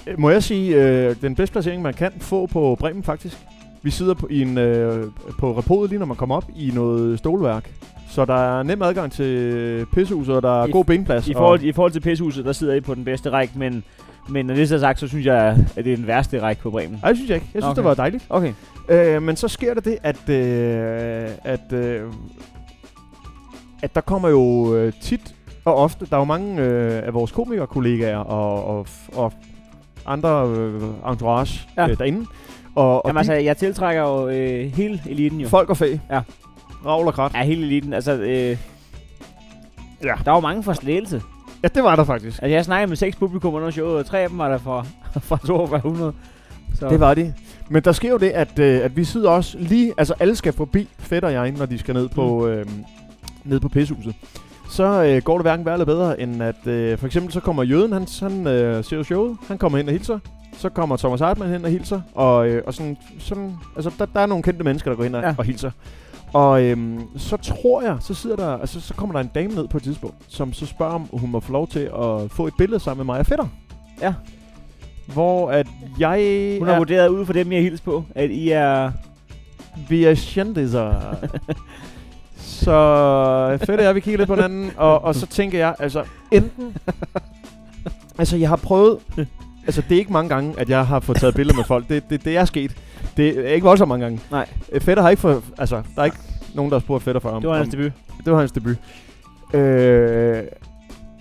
D: Øh, Må jeg sige, øh, den bedste placering, man kan få på Bremen, faktisk. Vi sidder på, i en, øh, på repodet lige når man kommer op i noget stolværk. Så der er nem adgang til pissehuset, og der er
B: I-
D: god benplads.
B: I
D: og-
B: forhold, I forhold til pissehuset, der sidder I på den bedste række, men, men når det så er sagt, så synes jeg, at det er den værste række på Bremen.
D: Ej, det synes jeg ikke. Jeg synes, okay.
B: Okay.
D: det var dejligt.
B: Okay.
D: Øh, men så sker der det, at, øh, at, øh, at der kommer jo øh, tit og ofte, der er jo mange øh, af vores komikerkollegaer og, og, og andre øh, entourage ja.
B: Ja.
D: øh, derinde. Og, og
B: Jamen altså, jeg tiltrækker jo øh, hele eliten jo.
D: folk og fag.
B: Ja.
D: Ravl og krat.
B: Ja, hele eliten. Altså, øh,
D: Ja.
B: der var mange fra Slagelse.
D: Ja, det var der faktisk.
B: Altså, jeg snakkede med seks publikum under showet, og tre af dem var der fra, fra 4200. Så
D: Det var det. Men der sker jo det, at, øh, at vi sidder også lige... Altså, alle skal forbi Fæt og jeg, når de skal ned
B: Mm.
D: på, øh, ned på pissehuset. Så øh, går det hverken værre eller bedre, end at øh, for eksempel så kommer Jøden, han, han øh, ser jo showet, han kommer hen og hilser. Så kommer Thomas Hartmann hen og hilser, og, øh, og sådan, sådan, altså der, der er nogle kendte mennesker, der går hen og, ja.
B: Ja.
D: og hilser. Og øhm, så tror jeg, så sidder der, altså, så kommer der en dame ned på et tidspunkt, som så spørger, om hun må få lov til at få et billede sammen med mig og fætter.
B: Ja.
D: Hvor at jeg
B: hun
D: er
B: har vurderet ud fra dem, jeg hils på, at I er...
D: vi er kendiser. så fedt er, vi kigger lidt på hinanden, og, og så tænker jeg, altså enten... altså jeg har prøvet... Altså det er ikke mange gange, at jeg har fået taget billeder med folk. Det, det, det er sket. Det er ikke voldsomt mange gange.
B: Nej.
D: Øh, Fætter har ikke fået... Altså, der er ikke nogen, der har spurgt Fætter for ham.
B: Det var hans debut.
D: Det var hans debut. Øh,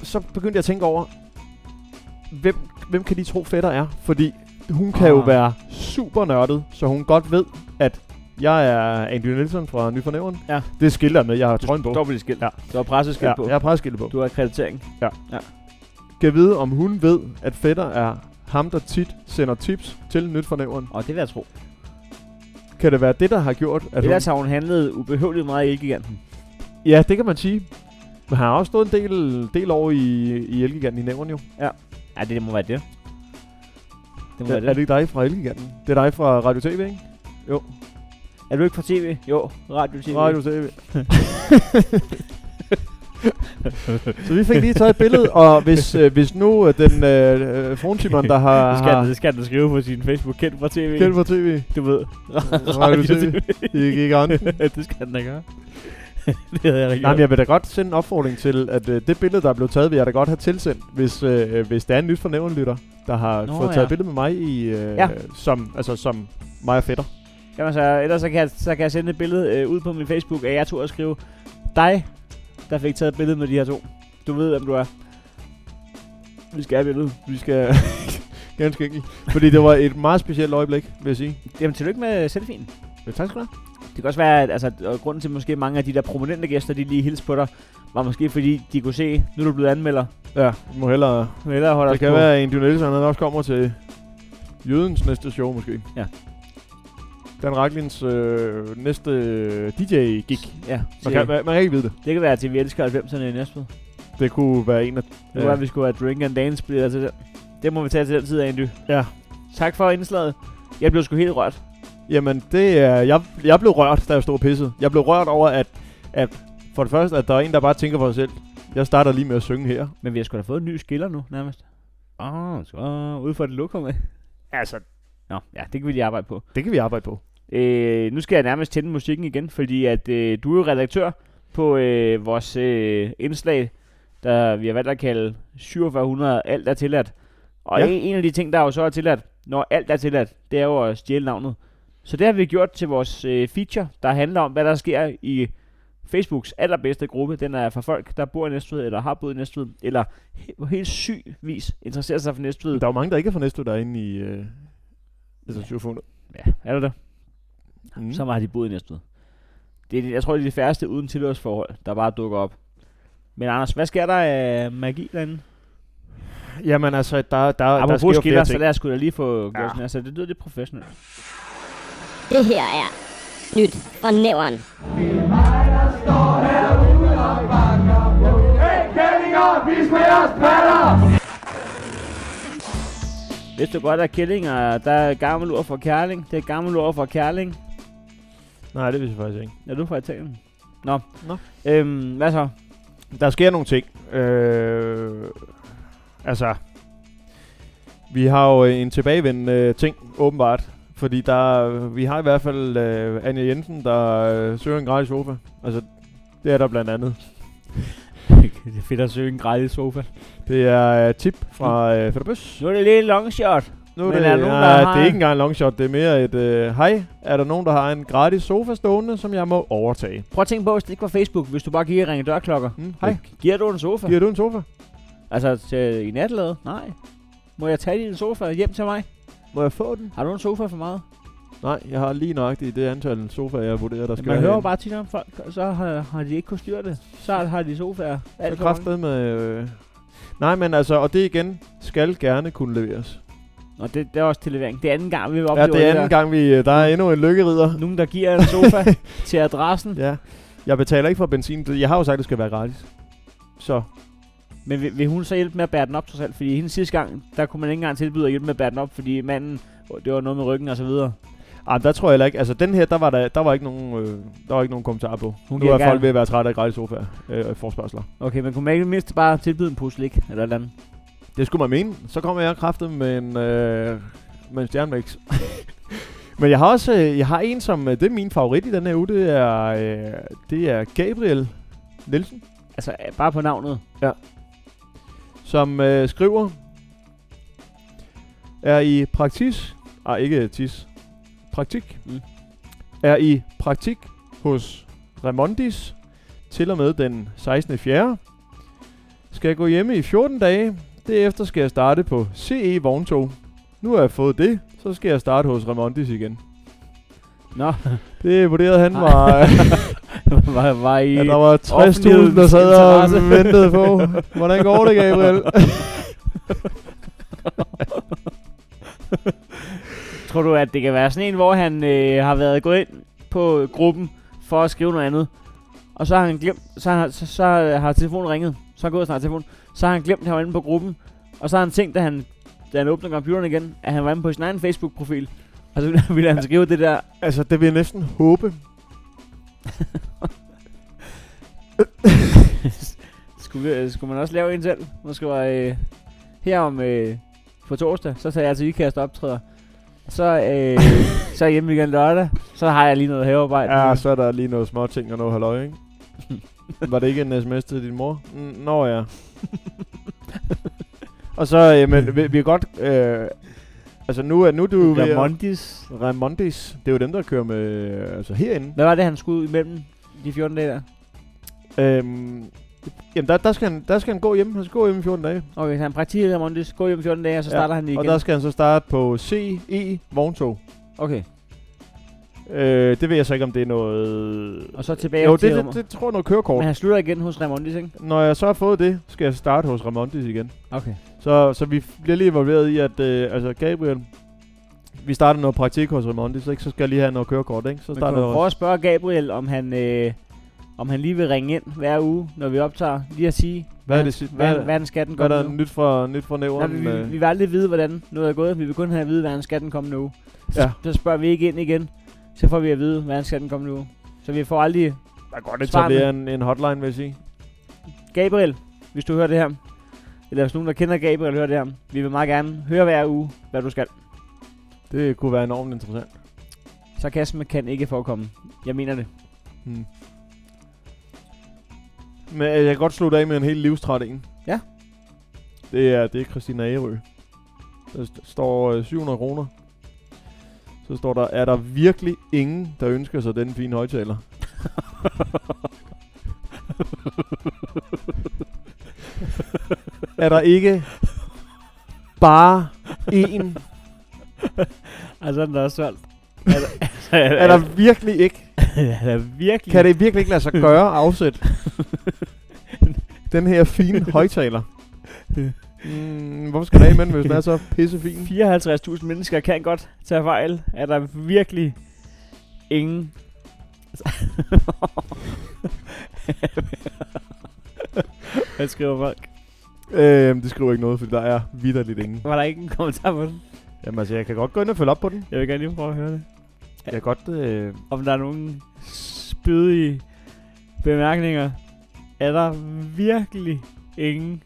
D: så begyndte jeg at tænke over, hvem, hvem kan de tro fætter er? Fordi hun kan jo
B: Ah.
D: være super nørdet, så hun godt ved, at jeg er Andy Nielsen fra Nyfornævren.
B: Ja.
D: Det skilter med, jeg har trøjen på.
B: Dobbelt skilt. Ja. Du har presseskilt
D: Ja,
B: ja, på.
D: jeg har presseskilte på.
B: Du har akkreditering.
D: Kan vide, om hun ved, at fætter er ham, der tit sender tips til Nyfornævren.
B: Og det vil jeg tro.
D: Kan det være det, der har gjort, at hun...
B: Ellers har hun handlet ubehøveligt meget i Elgiganten.
D: Ja, det kan man sige. Men han har også stået en del, del over i, i Elgiganten i nævren jo.
B: Ja, det, det må være det. Det må
D: Er,
B: være
D: er
B: det.
D: det ikke dig fra Elgiganten? Det er dig fra Radio TV, ikke? Jo.
B: Er du ikke fra tv? Jo, radio tv.
D: Radio TV. så vi fik lige taget et billede, og hvis, øh, hvis nu øh, den øh, øh, frontimeren, der har,
B: Det skal, den-
D: har
B: det skal den skrive på sin Facebook, kendt fra tv.
D: kendt på tv,
B: Du ved.
D: Radio TV, ikke ikke andet.
B: det skal den da gøre. det havde jeg rigtig
D: Nej, men jeg vil da godt sende en opfordring til, at øh, det billede, der er blevet taget, vil jeg da godt have tilsendt, hvis, øh, hvis der er en nyt fornævnlytter, der har Nå,
B: Nå,
D: fået taget et
B: ja.
D: billede med mig i, øh, ja.
B: Ja.
D: som, altså, som mig og fætter.
B: Jamen, så, ellers så kan, jeg, så kan jeg sende et billede øh, ud på min Facebook af jer to og skrive, dig, der fik taget et billede med de her to. Du ved, hvem du er. Vi skal have billedet.
D: Vi skal ganske enkelt. Fordi det var et meget specielt øjeblik, vil jeg sige.
B: Jamen, tillykke med selfien.
D: Ja, tak skal du have.
B: Det kan også være, at altså, og grunden til måske mange af de der prominente gæster, de lige hilste på dig, var måske fordi, de kunne se, nu er du blevet anmelder.
D: Ja, vi må hellere
B: Nu hellere holde
D: Det
B: os
D: kan
B: på.
D: være, at Andy Nielsen han også kommer til Jødens næste show, måske.
B: Ja.
D: Dan Raklins øh, næste DJ-gig.
B: Ja,
D: Man kan,
B: det,
D: man, man kan ikke vide det.
B: det kan være til, vi elsker 90'erne i Næstved. Det
D: Det kunne være en af...
B: kunne være, at vi skulle have drink and dance billetter til den. Det må vi tage til den tid, Andy.
D: Ja.
B: Tak for indslaget. Jeg blev sgu helt rørt.
D: Jamen, det er... Jeg, jeg blev rørt, da jeg stod pisset. Jeg blev rørt over, at, at for det første, at der er en, der bare tænker på sig selv. Jeg starter lige med at synge her.
B: Men vi har sgu da fået en ny skiller nu, nærmest. Åh, Ah, så ude for et lokum af.
D: Altså,
B: Nå, ja, det kan vi lige arbejde på.
D: det kan vi arbejde på.
B: Øh, nu skal jeg nærmest tænde musikken igen, fordi at øh, du er jo redaktør på øh, vores øh, indslag, der vi har valgt at kalde 4700 Alt er tilladt. Og
D: Ja.
B: ja. en, en af de ting, der jo så er tilladt, når alt er tilladt, det er jo at stjæle navnet. Så det har vi gjort til vores øh, feature, der handler om, hvad der sker i Facebooks allerbedste gruppe. Den er for folk, der bor i Næstved, eller har boet i Næstved, eller he- på helt syg vis interesserer sig for Næstved.
D: Der er jo mange, der ikke er fra Næstved, der er inde i... Øh, altså,
B: Ja.
D: 700.
B: Ja, er der det?
D: Mm.
B: så meget har de boet i Næstved. Det er, de- jeg tror, det er de færreste uden tilhørsforhold, der bare dukker op. Men Anders, hvad sker der af magi derinde?
D: Jamen altså, der, der, der sker
B: Apropos
D: jo flere
B: skiller, så
D: ting.
B: lad os sgu da lige få gjort sådan her, så det lyder lidt professionelt.
F: Det her er nyt for næveren.
B: Vidste du godt, at kællinger, der er gammel ord for kærling? Det er gammel ord for kærling.
D: Nej, det vidste jeg faktisk ikke.
B: Er du fra Italien? Nå.
D: Nå.
B: Øhm, hvad så?
D: Der sker nogle ting. Øh, altså, vi har jo en tilbagevendende øh, ting, åbenbart. Fordi der, vi har i hvert fald øh, Anja Jensen, der øh, søger en gratis sofa. Altså, det er der blandt andet.
B: det er fedt at søge en gratis sofa.
D: Det er øh, tip fra øh, Fætter Bøs.
B: Nu er det lige en long shot.
D: Nu
B: Men er der nogen, der
D: ja,
B: har
D: det er
B: en?
D: ikke engang en long shot, det er mere et øh, hej. Er der nogen, der har en gratis sofa stående, som jeg må overtage?
B: Prøv at tænke på, hvis det ikke var Facebook, hvis du bare gik og ringede dørklokker.
D: Mm, hej,
B: Giver du en sofa?
D: giver du en sofa?
B: Altså til, i natlaget? Nej. Må jeg tage din sofa hjem til mig?
D: Må jeg få den?
B: Har du en sofa for meget?
D: Nej, jeg har lige nøjagtigt det antal sofaer, jeg vurderer, der
B: Skal
D: skal
B: man hører
D: herinde.
B: jo bare tit om folk, og så har, har de ikke kunnet styre det. Så har de sofaer. Alt
D: Så
B: for mange.
D: kraftet med... Øh... Nej, men altså, og det igen skal gerne kunne leveres.
B: Nå, det, det, er også til levering. Det er anden gang, vi
D: Ja,
B: oplever
D: det er anden
B: der.
D: gang, vi... øh, Der
B: Mm.
D: er endnu en lykkerider.
B: Nogen, der giver en sofa til adressen.
D: Ja. Jeg betaler ikke for benzin. Det- Jeg har jo sagt, det skal være gratis. Så.
B: Men vil, vil, hun så hjælpe med at bære den op trods alt? Fordi hendes sidste gang, der kunne man ikke engang tilbyde at hjælpe med at bære den op, fordi manden, åh, det var noget med ryggen og så videre.
D: Ah, der tror jeg heller ikke. Altså, den her, der var der, der var ikke nogen, øh, der var ikke nogen kommentar på.
B: Hun
D: nu
B: giver
D: er
B: gerne-
D: folk ved at være trætte af gratis sofaer. Øh, forspørgsler.
B: Okay, men kunne man ikke mindst bare tilbyde en pose lik eller et eller andet?
D: Det skulle man mene. Så kommer jeg kraftet med en, øh, med en stjernemix. Men jeg har også øh, jeg har en, som øh, det er min favorit i den her uge. Det er, øh, det er Gabriel Nielsen.
B: Altså, øh, bare på navnet.
D: som øh, skriver, er i praktis, ah, ikke tis, praktik,
B: Mm.
D: mm. er i praktik hos Remondis til og med den 16. 4. Skal jeg gå hjemme i 14 dage, derefter skal jeg starte på CE Vogntog. Nu har jeg fået det, så skal jeg starte hos Remondis igen.
B: Nå,
D: Det vurderede han
B: Ej.
D: var,
B: var, var I...
D: at der var 60.000, der
B: offentlighedens
D: sad og
B: interesse.
D: ventede på. Hvordan går det, Gabriel?
B: Tror du, at det kan være sådan en, hvor han øh, har været gået ind på gruppen for at skrive noget andet, og så har han glemt, så har, så, så har telefonen ringet, så har han gået og snart telefonen, så har han glemt, at han var inde på gruppen, og så har han tænkt, da han, da han åbner computeren igen, at han var inde på sin egen Facebook-profil, og så ville- ville han skrive det der,
D: Altså, det vil jeg næsten håbe.
B: skulle, vi- øh, skulle man også lave en selv? Måske var øh, her om øh, på torsdag, så tager jeg til IKAST optræder, så, øh, så er jeg hjemme igen lørdag, så har jeg lige noget havearbejde.
D: Ja, så er der lige noget små ting og noget halløj, ikke? Var det ikke en sms til din mor? Mm, Nå ja. og så, øh, men vi, vi kan godt... Øh, altså, nu er, nu er du jo ved... at-
B: Ramondis.
D: Remondis. Det er jo dem, der kører med... øh, Altså, herinde.
B: Hvad var det, han skulle ud imellem de 14 dage der?
D: Øhm, jamen, der, der, skal han, der skal han gå hjem. Han skal gå hjem i 14 dage.
B: Okay, så han praktikerede om onsdags, går hjem 14 dage, og så
D: Ja,
B: starter han igen.
D: Og der skal han så starte på CE Vogntog.
B: Okay,
D: Øh, det ved jeg så ikke, om det er noget...
B: og så tilbage
D: Jo,
B: til
D: det, det,
B: Remondis.
D: det tror jeg er noget kørekort.
B: Men han slutter igen hos Remondis, ikke?
D: Når jeg så har fået det, skal jeg starte hos Remondis igen.
B: Okay.
D: Så, så vi bliver lige involveret i, at øh, altså Gabriel, vi starter noget praktik hos Remondis, ikke? så skal jeg lige have noget kørekort, ikke? Så
B: Men kan
D: starter
B: du
D: jeg
B: prøve
D: hos...
B: at spørge Gabriel, om han, øh, om han lige vil ringe ind hver uge, når vi optager, lige at sige,
D: Hvad er
B: han-
D: det sidste?
B: hvad,
D: Hvad,
B: hvad, han skal den
D: hvad
B: kommende
D: er
B: uge.
D: der nyt fra, nyt fra
B: Nej,
D: nævren?
B: vi,
D: øh?
B: vi, vi vil aldrig vide, hvordan noget er gået. Vi vil kun have at vide, hvad han skal den kommende uge. Så,
D: Ja.
B: så spørger vi ikke ind igen. Så får vi at vide, hvad han skal den kommende uge. Så vi får aldrig
D: Der er godt
B: Svar med.
D: etableret en, en hotline, vil jeg sige.
B: Gabriel, hvis du hører det her, eller hvis nogen, der kender Gabriel, hører det her. Vi vil meget gerne høre hver uge, hvad du skal.
D: Det kunne være enormt interessant.
B: Sarkasme kan ikke forekomme. Jeg mener det.
D: Hmm. Men øh, jeg kan godt slutte af med en helt livstræt en.
B: Ja.
D: Det er, det er Christina Agerø. Der st- står øh, 700 kroner. Så står der, er der virkelig ingen, der ønsker sig den fine højtaler? er der ikke bare en
B: Altså, den er også solgt. Er der,
D: er der virkelig ikke?
B: er der virkelig...
D: Kan det virkelig ikke lade sig gøre at afsætte den her fine højtaler? Mm, hvorfor skal den af med den, hvis den er så pissefin?
B: 54.000 mennesker kan godt tage fejl. Er der virkelig ingen... Hvad skriver folk?
D: Øh, det skriver ikke noget, fordi der er vidderligt ingen.
B: Var der ikke en kommentar på den?
D: Jamen altså, jeg kan godt gå ind og følge op på den.
B: Jeg vil gerne lige prøve at høre det.
D: Jeg kan godt... Øh,
B: Om der er nogen spydige bemærkninger. Er der virkelig ingen...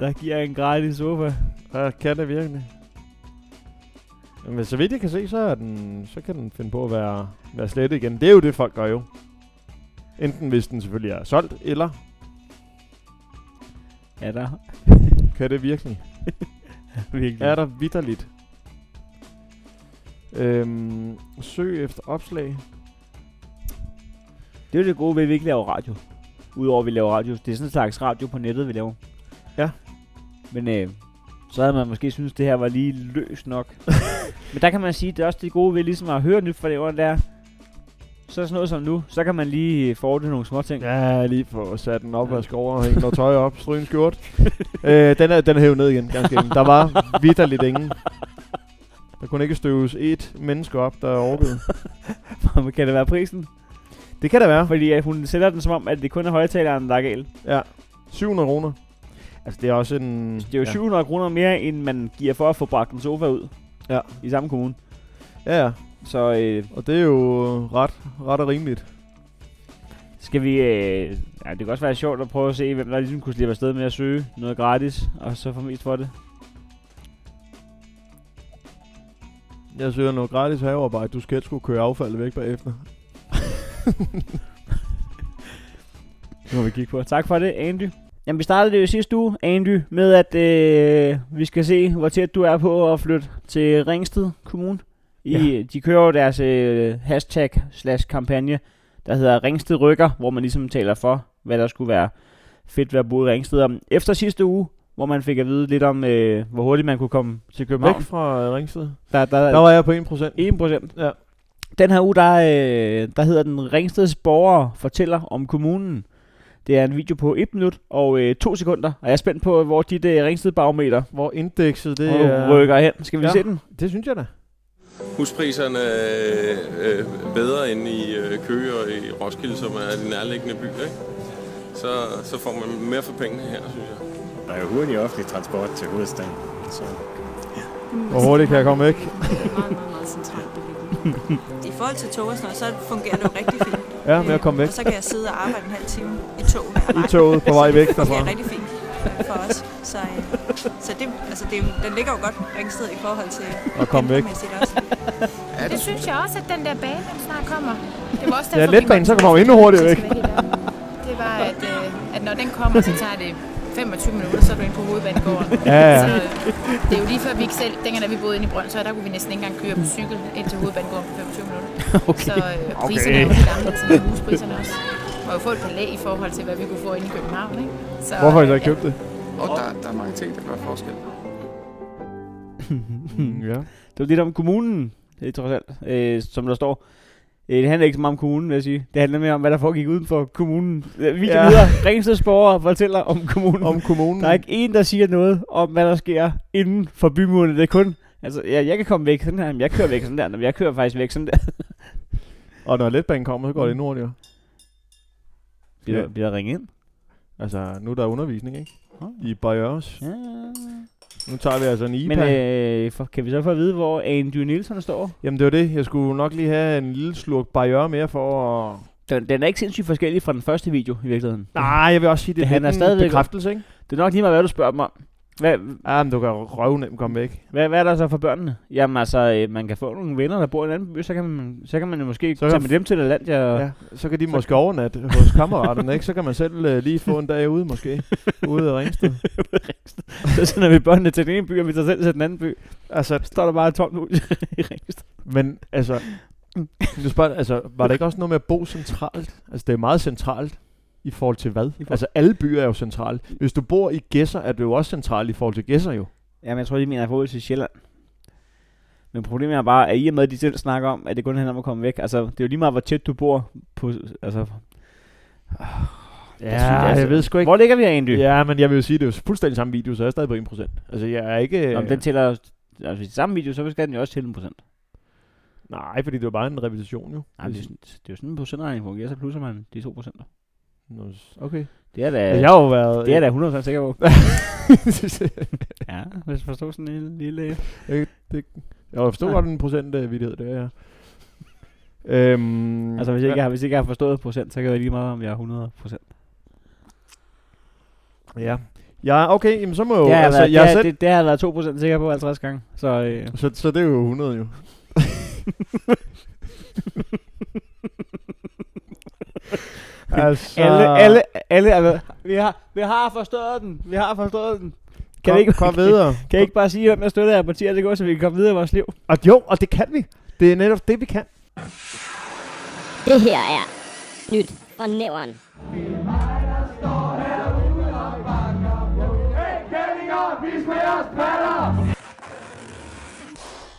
B: der giver en gratis sofa.
D: der kan det virkelig. Men så vidt jeg kan se, så, er den, så kan den finde på at være, være slettet igen. Det er jo det, folk gør jo. Enten hvis den selvfølgelig er solgt, eller
B: Er der
D: kan det virkelig.
B: virkelig?
D: er der vidderligt. Øhm, søg efter opslag.
B: Det er jo det gode ved, at vi ikke laver radio. Udover at vi laver radio. Det er sådan en slags radio på nettet, vi laver.
D: Ja.
B: Men øh, så havde man måske synes det her var lige løs nok. Men der kan man sige, det er også det gode ved ligesom at høre nyt fra det under der. Så sådan noget som nu, så kan man lige øh, forordne nogle små ting.
D: Ja, lige få sat en opvask over, hænge noget tøj op, stryge en skjort. øh, den er, den er hævet ned igen, ganske enkelt. Der var vidderligt ingen. Der kunne ikke støves et menneske op, der er overgivet.
B: kan det være prisen?
D: Det kan det være.
B: Fordi at hun sælger den som om, at det kun er højtaleren, der er galt.
D: Ja. 700 kroner. Altså, det er også en...
B: Det er jo
D: ja.
B: 700 kroner mere, end man giver for at få bragt en sofa ud.
D: Ja.
B: I samme kommune.
D: Ja, ja.
B: Så øh,
D: Og det er jo ret, ret og rimeligt.
B: Skal vi... Øh, ja, det kan også være sjovt at prøve at se, hvem der ligesom kunne slippe afsted med at søge noget gratis, og så få mest for det.
D: Jeg søger noget gratis havearbejde. Du skal helst skulle køre affaldet væk bagefter.
B: Det må vi kigge på. Tak for det, Andy. Jamen, vi startede det jo i sidste uge, Andy, med at øh, vi skal se, hvor tæt du er på at flytte til Ringsted Kommune. I, De kører jo deres øh, hashtag slash kampagne, der hedder Ringsted Rykker, hvor man ligesom taler for, hvad der skulle være fedt ved at bo i Ringsted. Og efter sidste uge, hvor man fik at vide lidt om, øh, hvor hurtigt man kunne komme til København.
D: Væk fra øh, Ringsted.
B: Der, der,
D: Der var jeg på 1%.
B: 1 procent.
D: Ja.
B: Den her uge, der, øh, der hedder den Ringsteds borgere fortæller om kommunen. Det er en video på 1 minut og øh, 2 sekunder, og jeg er spændt på, hvor dit øh, Ringsted barometer
D: Hvor indekset det
B: yeah. rykker hen. Skal vi ja.
D: Ja.
B: se den?
D: Det synes jeg da.
G: Huspriserne er øh, bedre end i øh, Køge og i Roskilde, som er de nærliggende byer, ikke? Så, så får man mere for pengene her, synes jeg.
H: Der er jo hurtig offentlig transport til hovedstaden. Så
D: Hvor hurtigt kan jeg komme væk?
I: meget, meget, meget centralt beliggende. I forhold til tog og sådan noget, så fungerer det jo rigtig fint.
D: Ja, med at komme væk
I: Og så kan jeg sidde og arbejde en halv time i tog hver
D: i
I: vej.
D: toget på vej væk
I: Det
D: derfra.
I: fungerer rigtig fint øh, for os. Så, øh, så det, altså det, er jo- den ligger jo godt ringsted i forhold til
D: Og komme væk.
I: pendlermæssigt også.
E: Det synes jeg også, at den der bane, den snart kommer. Det var også
D: Ja,
E: derfor, vi
D: letbanen,
E: var-
D: så kommer man jo endnu hurtigere væk.
E: Det skal være helt ærligt. Det var, at, øh, at når den kommer, så tager det 25 minutter, så er du inde på hovedbanegården.
D: Ja, ja.
E: Så, øh, det er jo lige før vi ikke selv, dengang da vi boede inde i Brøndshøj, der kunne vi næsten ikke engang køre på cykel ind til hovedbanegården på 25 minutter. Okay. Så øh, priserne er jo de gamle, så huspriserne også. Og jo få et palæ i forhold til, hvad vi kunne få inde i København, ikke? Så,
D: Hvorfor har I
E: øh,
D: så ikke købt det?
G: Og der, der er mange ting, der gør forskel.
D: Ja.
B: Det var lidt om kommunen, det er trods alt, øh, som der står. Øh, det handler ikke så meget om kommunen, vil jeg sige. Det handler mere om, hvad der foregik uden for kommunen. Øh, Videoen ja.
D: Ja.
B: hedder Ringsteds borgere fortæller om kommunen.
D: Om kommunen.
B: Der er ikke en, der siger noget om, hvad der sker inden for bymurene. Det er kun, altså, ja, jeg kan komme væk sådan her, men jeg kører væk sådan der, men jeg kører faktisk væk sådan der.
D: Og når letbanen kommer, så går det
B: Mm.
D: endnu hurtigere.
B: Bliver,
D: Ja.
B: bliver der ringet ind?
D: Altså, nu er der undervisning, ikke?
B: Oh.
D: I Bajørs.
B: Ja.
D: Nu tager vi altså en IPA.
B: Men øh, for, kan vi så få at vide, hvor Andy Nielsen står?
D: Jamen, det var det. Jeg skulle nok lige have en lille slurk Bajør mere for at
B: Den, den er ikke sindssygt forskellig fra den første video i virkeligheden.
D: Nej, jeg vil også sige, det,
B: Han er
D: det er lidt en
B: stadigvæk-
D: bekræftelse, ikke?
B: Det er nok lige meget, hvad du spørger dem om. Hvad,
D: Ja, Ah, men du kan røvnemt komme væk.
B: hvad, hvad er der så for børnene? Jamen altså, øh, man kan få nogle venner, der bor i en anden by, så kan man, så kan man jo måske
D: Så
B: så
D: kan
B: tage
D: f-
B: med dem til det land, jeg... Ja.
D: Ja, så kan de måske overnatte hos kammeraterne, ikke? Så kan man selv øh, lige få en dag ude, måske. Ude af Ringsted.
B: så sender vi børnene til den ene by, og vi tager selv til den anden by.
D: Altså,
B: Så står der bare et tomt hus i Ringsted.
D: Men altså, du spørger, altså, var der ikke også noget med at bo centralt? Altså, det er meget centralt i forhold til hvad?
B: forhold-
D: Altså, alle byer er jo centrale. Hvis du bor i Gæsser, er du jo også central i forhold til Gæsser jo.
B: Jamen, jeg tror, de mener, at jeg får ud til Sjælland. Men problemet er bare, at i og med, at de selv snakker om, at det kun handler om at komme væk. Altså, det er jo lige meget, hvor tæt du bor på... Altså,
D: Ja,
B: synes jeg altså-
D: jeg ved sgu ikke.
B: hvor ligger vi her egentlig?
D: Ja, men jeg vil jo sige, det er jo fuldstændig samme video, så jeg er stadig på 1%. Altså, jeg er ikke...
B: Nå, men den tæller... Altså, hvis det er samme video, så skal den jo også tælle en procent.
D: Nej, fordi det var bare en repetition jo.
B: Nej, det, er sådan- det er jo sådan en procentregning fungerer, så plusser man de 2 procenter.
D: Nå, s- Okay.
B: Det er da,
D: Altså, jeg har jo været...
B: det er da 100% sikker på. ja, hvis du forstår sådan en lille...
D: jeg, det, jeg forstod
B: Nej.
D: godt en procent af vidtighed, det er jeg. Øhm,
B: Altså, hvis jeg, ikke har, hvis jeg ikke har forstået procent, så kan jeg lige meget, om jeg er 100%.
D: Ja. Ja, okay, jamen så må jeg
B: det,
D: jo...
B: har altså,
D: altså,
B: været,
D: jeg
B: det, har-
D: er selv,
B: det, det, har jeg været 2% sikker på 50 gange. Så øh,
A: Altså,
D: Så, så det er jo 100 jo. altså,
B: alle, alle, alle er med. Vi har, vi har forstået den. Vi har forstået den. Kan,
D: kom,
B: vi ikke,
D: kom videre.
B: kan I ikke bare sige, hvem der støtter jer partier, det går, så vi kan komme videre i vores liv?
D: Og jo, og det kan vi. Det er netop det, vi kan.
F: Det her er nyt fra næveren.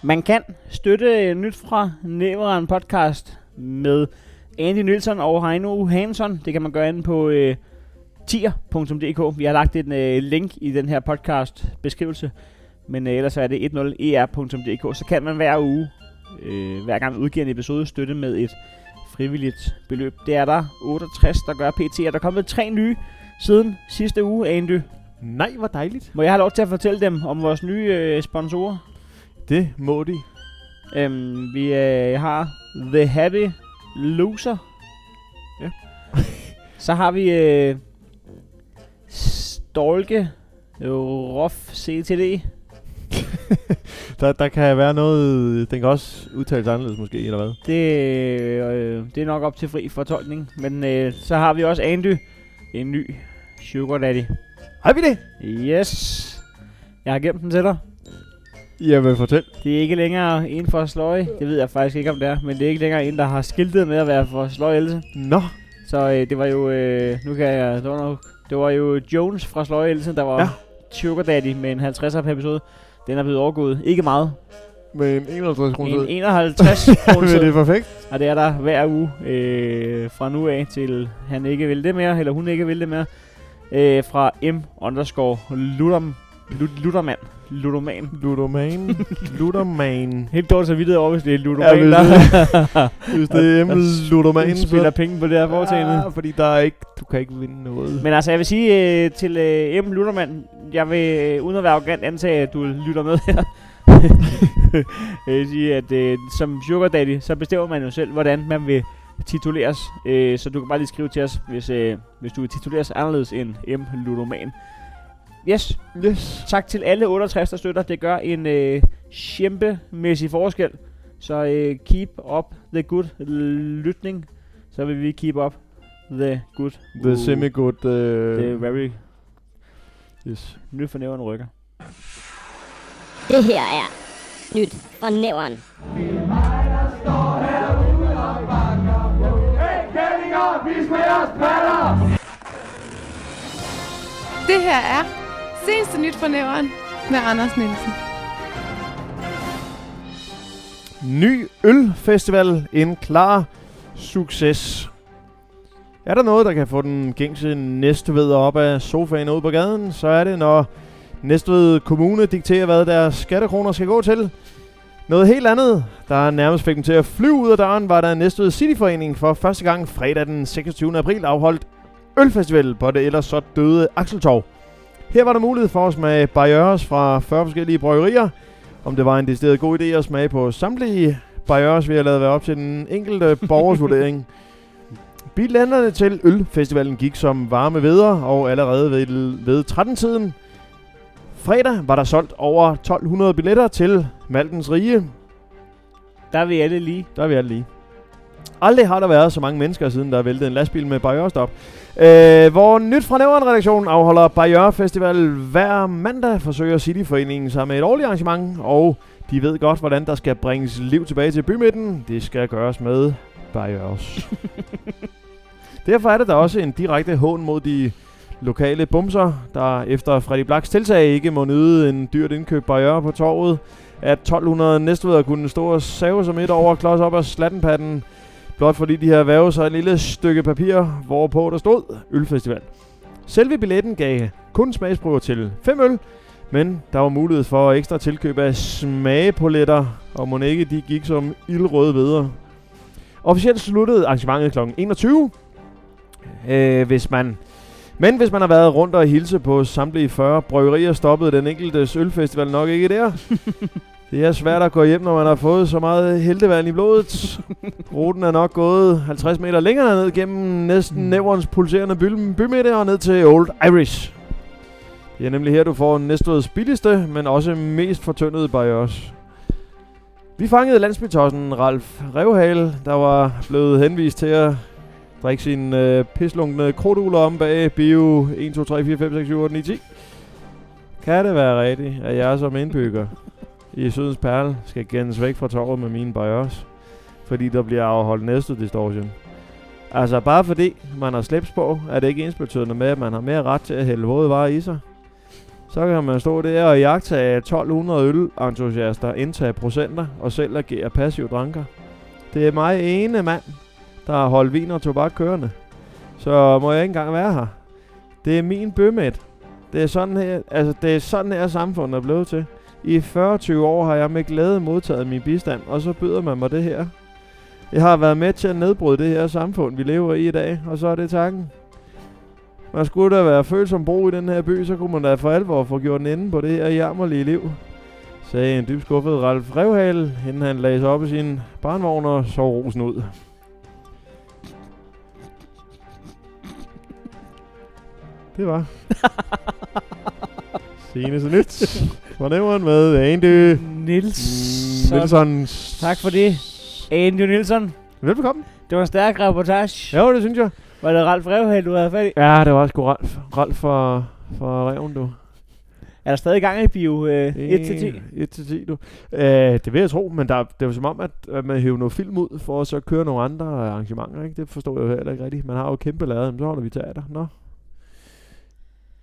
B: Man kan støtte øh, nyt fra Næveren podcast med Andy Nielsen og Heino Hansen. Det kan man gøre inde på øh, tier.dk. Vi har lagt en øh, link i den her podcast beskrivelse. Men øh, ellers er det 10er.dk. Så kan man hver uge, øh, hver gang vi udgiver en episode, støtte med et frivilligt beløb. Det er der 68, der gør pt. Og der er kommet tre nye siden sidste uge, Andy.
D: Nej, hvor dejligt.
B: Må jeg have lov til at fortælle dem om vores nye øh, sponsorer?
D: Det må de.
B: Øhm, vi øh, har The Happy Loser.
D: Ja.
B: Så har vi øh, Stolke Rof CTD.
D: Der, der kan være noget... Den kan også udtales anderledes måske, eller hvad?
B: Det, øh, det er nok op til fri fortolkning. Men øh, så har vi også Andy. En ny Sugar Daddy.
D: Har vi det?
B: Yes. Jeg har gemt den til dig.
D: Jamen, fortæl.
B: Det er ikke længere en for sløje. Det ved jeg faktisk ikke, om det er. Men det er ikke længere en, der har skiltet med at være for sløje else.
D: Nå,
B: Så øh, det var jo, øh, nu kan jeg, det var, nok, det var jo Jones fra Sløjelsen, der var
D: Ja.
B: ja. Sugar Daddy med en 50 per episode. Den er blevet overgået. Ikke meget.
D: med en 51 kroner.
B: En 51 kroner.
D: Men det er perfekt.
B: Og det er der hver uge øh, fra nu af til han ikke vil det mere, eller hun ikke vil det mere. Øh, fra M underscore Luderm, Lut- Ludermand. Ludoman.
D: Ludoman. Ludoman.
B: Helt dårligt så vidt over, hvis det er
D: Ja,
B: Ludoman,
D: hvis
B: der
D: Hvis det er
J: Altså,
D: Ludoman, så...
B: spiller penge på det her foretagende.
D: Ah, fordi der er ikke, du kan ikke vinde noget.
B: Men altså, jeg vil sige øh, til øh, M. Luttermann, jeg vil, øh, uden at være arrogant, antage, at du lytter med her. jeg vil sige, at øh, som sugar daddy, så bestemmer man jo selv, hvordan man vil tituleres. Øh, så du kan bare lige skrive til os, hvis, øh, hvis du vil tituleres anderledes end M. Ludoman. Yes,
D: Yes.
B: tak til alle 68, der støtter. Det gør en øh, kæmpemæssig forskel. Så øh, keep up the good lytning. Så vil vi keep up the good
D: The semi-good...
B: det er
D: Uh,
B: very
D: yes.
B: nyt for nævren rykker.
F: Det her er nyt fra næveren.
K: Det her er seneste nyt fra næveren med Anders Nielsen.
D: Ny ølfestival. En klar succes. Er der noget, der kan få den gængse næstveder op af sofaen og ud på gaden, så er det, når Næstved Kommune dikterer, hvad deres skattekroner skal gå til. Noget helt andet, der nærmest fik dem til at flyve ud af døren, var der Næstved Cityforening for første gang fredag den 26. april afholdt ølfestival på det ellers så døde Akseltorv. Her var der mulighed for at smage barrières fra 40 forskellige bryggerier. Om det var en decideret god idé at smage på samtlige barrières, vi har lavet være op til den enkelte borgers vurdering. Billetterne til Ølfestivalen gik som varme veder, og allerede ved, ved 13-tiden fredag var der solgt over 1200 billetter til Maltens Rige.
B: Der er vi alle lige.
D: Der er vi alle lige. Aldrig har der været så mange mennesker, siden der er væltet en lastbil med barrierestop. Øh, hvor nyt fra nævren redaktionen afholder Barriere Festival hver mandag, forsøger Cityforeningen sig med et årligt arrangement, og de ved godt, hvordan der skal bringes liv tilbage til bymidten. Det skal gøres med barrieres. Derfor er det da også en direkte hån mod de lokale bumser, der efter Freddy Blacks tiltag ikke må nyde en dyrt indkøbt barriere på torvet, at 1200 næstveder kunne stå og save sig midt over klods op af slattenpatten, blot fordi de havde været sig et lille stykke papir, hvorpå der stod Ølfestival. Selve billetten gav kun smagsprøver til 5 øl, men der var mulighed for ekstra tilkøb af smagepoletter, og må ikke de gik som ildrøde videre. Officielt sluttede arrangementet kl. 21, øh, hvis man... Men hvis man har været rundt og hilse på samtlige 40 bryggerier, stoppede den enkeltes ølfestival nok ikke der. Det er svært at gå hjem, når man har fået så meget heltevand i blodet. Ruten er nok gået 50 meter længere ned gennem næsten nævrens pulserende by- bymidte og ned til Old Irish. Det er nemlig her, du får næstveds billigste, men også mest fortyndede barriers. Vi fangede landsbytossen Ralf Revhale, der var blevet henvist til at drikke sin øh, pislunkne kroduler om bag bio 1, 2, 3, 4, 5, 6, 7, 8, 9, 10. Kan det være rigtigt, at jeg som indbygger i Sydens Perle skal gennes væk fra torvet med mine barriers, fordi der bliver afholdt næste distortion? Altså bare fordi man har slips på, er det ikke ensbetydende med, at man har mere ret til at hælde våde varer i sig. Så kan man stå der og jagtage 1200 ølentusiaster, indtage procenter og selv agere passiv dranker. Det er mig ene mand, der har holdt vin og tobak kørende. Så må jeg ikke engang være her. Det er min bømæt. Det er sådan her, altså det er sådan her samfundet er blevet til. I 40-20 år har jeg med glæde modtaget min bistand, og så byder man mig det her. Jeg har været med til at nedbryde det her samfund, vi lever i i dag, og så er det takken. Man skulle da være følt som bro i den her by, så kunne man da for alvor få gjort en ende på det her jammerlige liv. Sagde en dybt skuffet Ralf Revhale, inden han lagde sig op i sin barnvogn og sov rosen ud. Det var. Seneste nyt. Fornemmeren med Andy
B: Nils.
D: Nielsen.
B: Tak for det, Andy Nielsen.
D: Velbekomme.
B: Det var en stærk reportage.
D: Jo, det synes jeg.
B: Var det Ralf Revhal, du havde fat i?
D: Ja, det var sgu Ralf. Ralf for, for reven, du.
B: Er der stadig gang i bio øh, 1-10?
D: 1-10, du. Øh, det vil jeg tro, men der, det er jo som om, at, at man hæver noget film ud, for at så køre nogle andre arrangementer, ikke? Det forstår jeg jo heller ikke rigtigt. Man har jo kæmpe lader, men så holder vi teater. Nå.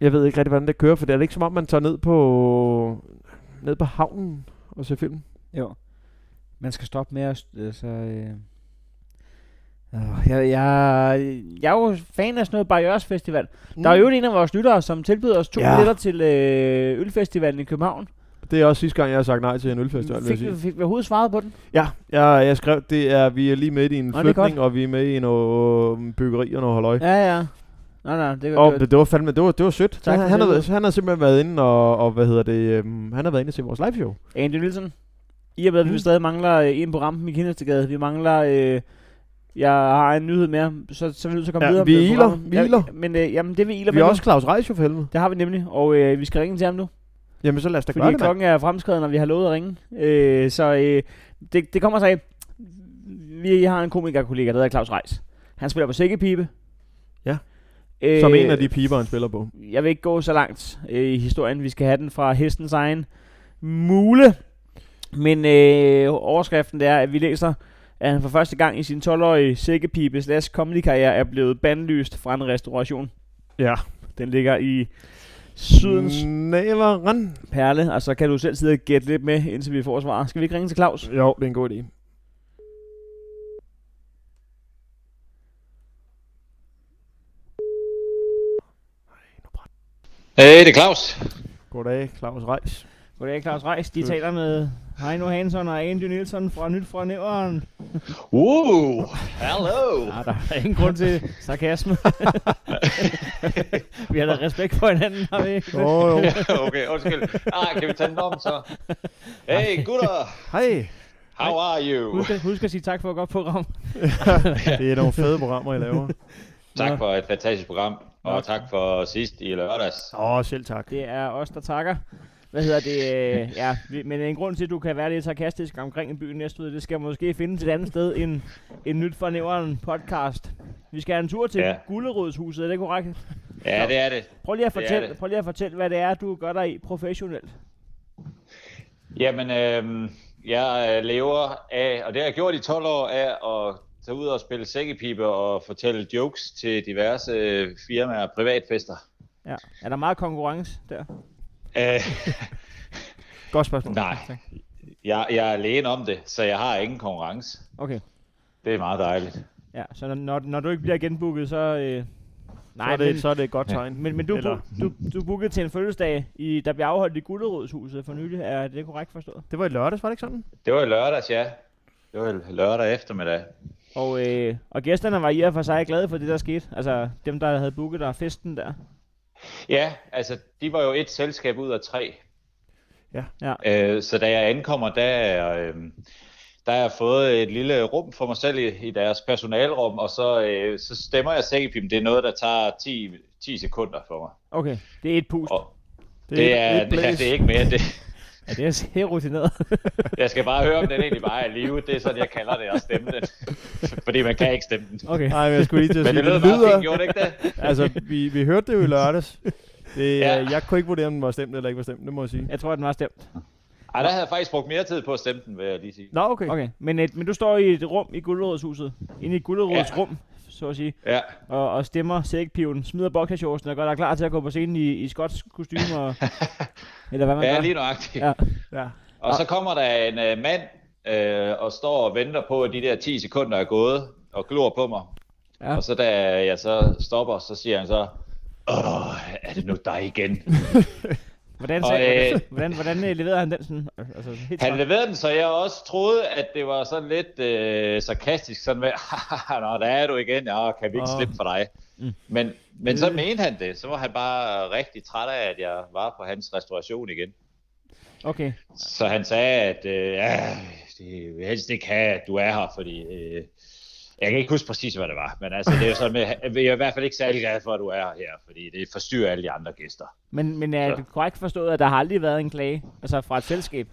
D: Jeg ved ikke rigtig, hvordan det kører, for det er det ikke som om, man tager ned på, ned på havnen og ser film.
B: Jo. Man skal stoppe med at... Altså, øh. Åh, Jeg, jeg, jeg er jo fan af sådan noget Barriers Festival. Mm. Der er jo en af vores lyttere, som tilbyder os to
D: Ja.
B: ja. billetter til øh, Ølfestivalen i København.
D: Det er også sidste gang, jeg har sagt nej til en ølfestival, vil jeg
B: Fik,
D: sige.
B: vi- fik vi overhovedet svaret på den?
D: Ja, jeg, jeg skrev, det er, vi er lige midt i en
B: Nå, det er
D: flytning,
B: godt.
D: og vi er med i noget øh, byggeri og noget halløj. Ja,
B: Ja, ja. Nej, nej, det,
D: og
B: det,
D: det, det, var fandme, det var, det var sødt.
B: Tak
D: han,
B: for
D: han, har,
B: tilbuddet.
D: han har simpelthen været inde og, og hvad hedder det, øhm, han har været inde og se vores live show.
B: Andy Nielsen, i og med, at vi stadig mangler øh, en på rampen i Kinderstegade, vi mangler... Øh, jeg har en nyhed mere, så, så er vi nødt til at komme
D: Ja,
B: videre.
D: vi
B: med
D: iler,
B: programmet.
D: vi
B: Ja,
D: iler.
B: Men øh, jamen, det vi iler
D: Vi
B: med
D: er
B: nu.
D: også Claus Reis jo for helvede.
B: Det har vi nemlig, og øh, vi skal ringe til ham nu.
D: Jamen så lad os da gøre
B: Fordi
D: det, mand.
B: klokken er fremskreden, og vi har lovet at ringe. Øh, så øh, det, det kommer sig af. Vi har en komikerkollega, der hedder Claus Reis. Han spiller på sækkepibe.
D: Ja.
B: Øh,
D: Som en af de piber, han spiller på.
B: Jeg vil ikke gå så langt øh, i historien. Vi skal have den fra hestens egen mule. Men øh, overskriften det er, at vi læser, at han for første gang i sin 12-årige sækkepibe slash comedy-karriere er blevet bandlyst fra en restauration.
D: Ja.
B: Den ligger i sydens
D: Næveren.
B: perle, og så kan du selv sidde og gætte lidt med, indtil vi får svar. Skal vi ikke ringe til Claus?
D: Jo, det er en god idé.
L: Hey, det er Claus.
D: Goddag, Claus Reis.
B: Goddag, Claus Reis. De
D: Øh.
B: taler med Heino Hansen og Andy Nielsen fra Nyt fra Næveren.
L: Wow, hello.
B: Nej, der er ingen grund til sarkasme. vi har da respekt for hinanden, har vi ikke? det?
D: Jo, jo.
L: okay, undskyld. Ah, kan vi tage den om så? Hey, gutter.
D: Hej. How are you?
B: Husk, at- husk at sige tak for at gå på, Ram.
J: Det er nogle fede programmer, I laver.
D: Tak for et fantastisk program, og tak for sidst i lørdags.
J: Åh, oh, selv tak.
B: Det er os, der takker. Hvad hedder det? øh, Ja, vi- men en grund til, at du kan være lidt sarkastisk omkring en by næste ud, det skal måske findes et andet sted end en nyt fornævren podcast. Vi skal have en tur til ja.
D: Ja.
B: Gullerådshuset, er det korrekt?
D: Ja, det er det.
B: Prøv lige, at
D: Det er
B: fortælle,
D: det.
B: prøv lige at fortælle, hvad det er, du gør dig i professionelt.
D: Jamen, øh, jeg øh, lever af, og det har jeg gjort i 12 år, af at tage ud og spille sækkepipe og fortælle jokes til diverse øh, firmaer og privatfester.
B: Ja. Er der meget konkurrence der?
D: Øh,
J: Godt spørgsmål.
D: Nej. jeg, jeg er lægen om det, så jeg har ingen konkurrence.
B: Okay.
D: Det er meget dejligt.
B: Ja, så når- når, når du ikke bliver genbooket, så... Øh,
J: er det- så er det et godt tegn.
B: Men, men du,
J: Eller-
B: Eller... du, du er booket til en fødselsdag, i, der bliver afholdt i Gullerådshuset for nylig. Er det korrekt forstået?
J: Det var i lørdags, var det ikke sådan?
D: Det var i lørdags, ja. Det var i lørdag eftermiddag.
B: Og, øh, og gæsterne var i og for sig glade for det, der skete. Altså dem, der havde booket der festen der.
D: Ja, altså, de var jo et selskab ud af tre.
J: Ja.
B: ja.
D: Øh, så da jeg ankommer, der, er, øh, der har jeg fået et lille rum for mig selv i, i deres personalrum, og så, øh, så stemmer jeg sækkepipen. Det er noget, der tager 10, 10 sekunder for mig.
B: Okay, det er et pust.
D: Og Det, det, er, ja, det er ikke mere end det.
B: Ja, det er helt rutineret.
D: Jeg skal bare høre, om den egentlig bare er i live. Det er sådan, jeg kalder det at stemme den. Fordi man kan ikke stemme den.
B: Okay.
J: Nej, men jeg skulle lige til at
D: Men
J: sige,
D: det lød meget fint, gjorde det ikke det?
J: altså, vi, vi hørte det jo i lørdags. Det, ja.
D: Ja.
J: Jeg kunne ikke vurdere, om den var stemt eller ikke var stemt, det må jeg sige.
B: Jeg tror, den var stemt.
D: Ej, der havde jeg faktisk brugt mere tid på at stemme den, vil jeg lige sige.
J: Nå, okay.
B: okay. Men, et, men du står i et rum i Gulderådshuset. Inde i Gulderådets ja.
D: Ja.
B: rum, så at sige.
D: Ja.
B: Og, og stemmer sækpiven, smider boksashortsen og gør dig klar til at gå på scenen i, i skotsk kostume. Og, eller hvad man
D: Ja,
B: gør.
D: lige nøjagtigt.
B: Ja.
J: Ja.
D: Og så kommer der en øh, mand øh, og står og venter på, at de der 10 sekunder er gået, og glor på mig.
B: Ja.
D: Og så da jeg så stopper, så siger han så, Åh, er det nu dig igen?
B: Hvordan,
D: Og,
B: sagde,
D: øh,
B: hvordan, hvordan, hvordan øh, leverede han den sådan? Altså, helt
D: Han
B: sådan.
D: leverede den, så jeg også troede, at det var sådan lidt øh, sarkastisk, sådan med, "Haha, nå, der er du igen, ja, kan vi ikke
B: Åh.
D: slippe for dig?
B: Mm.
D: Men, men så
B: Øh.
D: mente han det, så var han bare rigtig træt af, at jeg var på hans restauration igen.
B: Okay.
D: Så han sagde, at øh, ja, det vil jeg helst ikke have, at du er her, fordi øh, jeg kan ikke huske præcis, hvad det var. Men altså, det er jo sådan med, at jeg er i hvert fald ikke særlig glad for, at du er her, fordi det forstyrrer alle de andre gæster.
B: Men, men øh, er det korrekt forstået, at der har aldrig været en klage? Altså fra et selskab?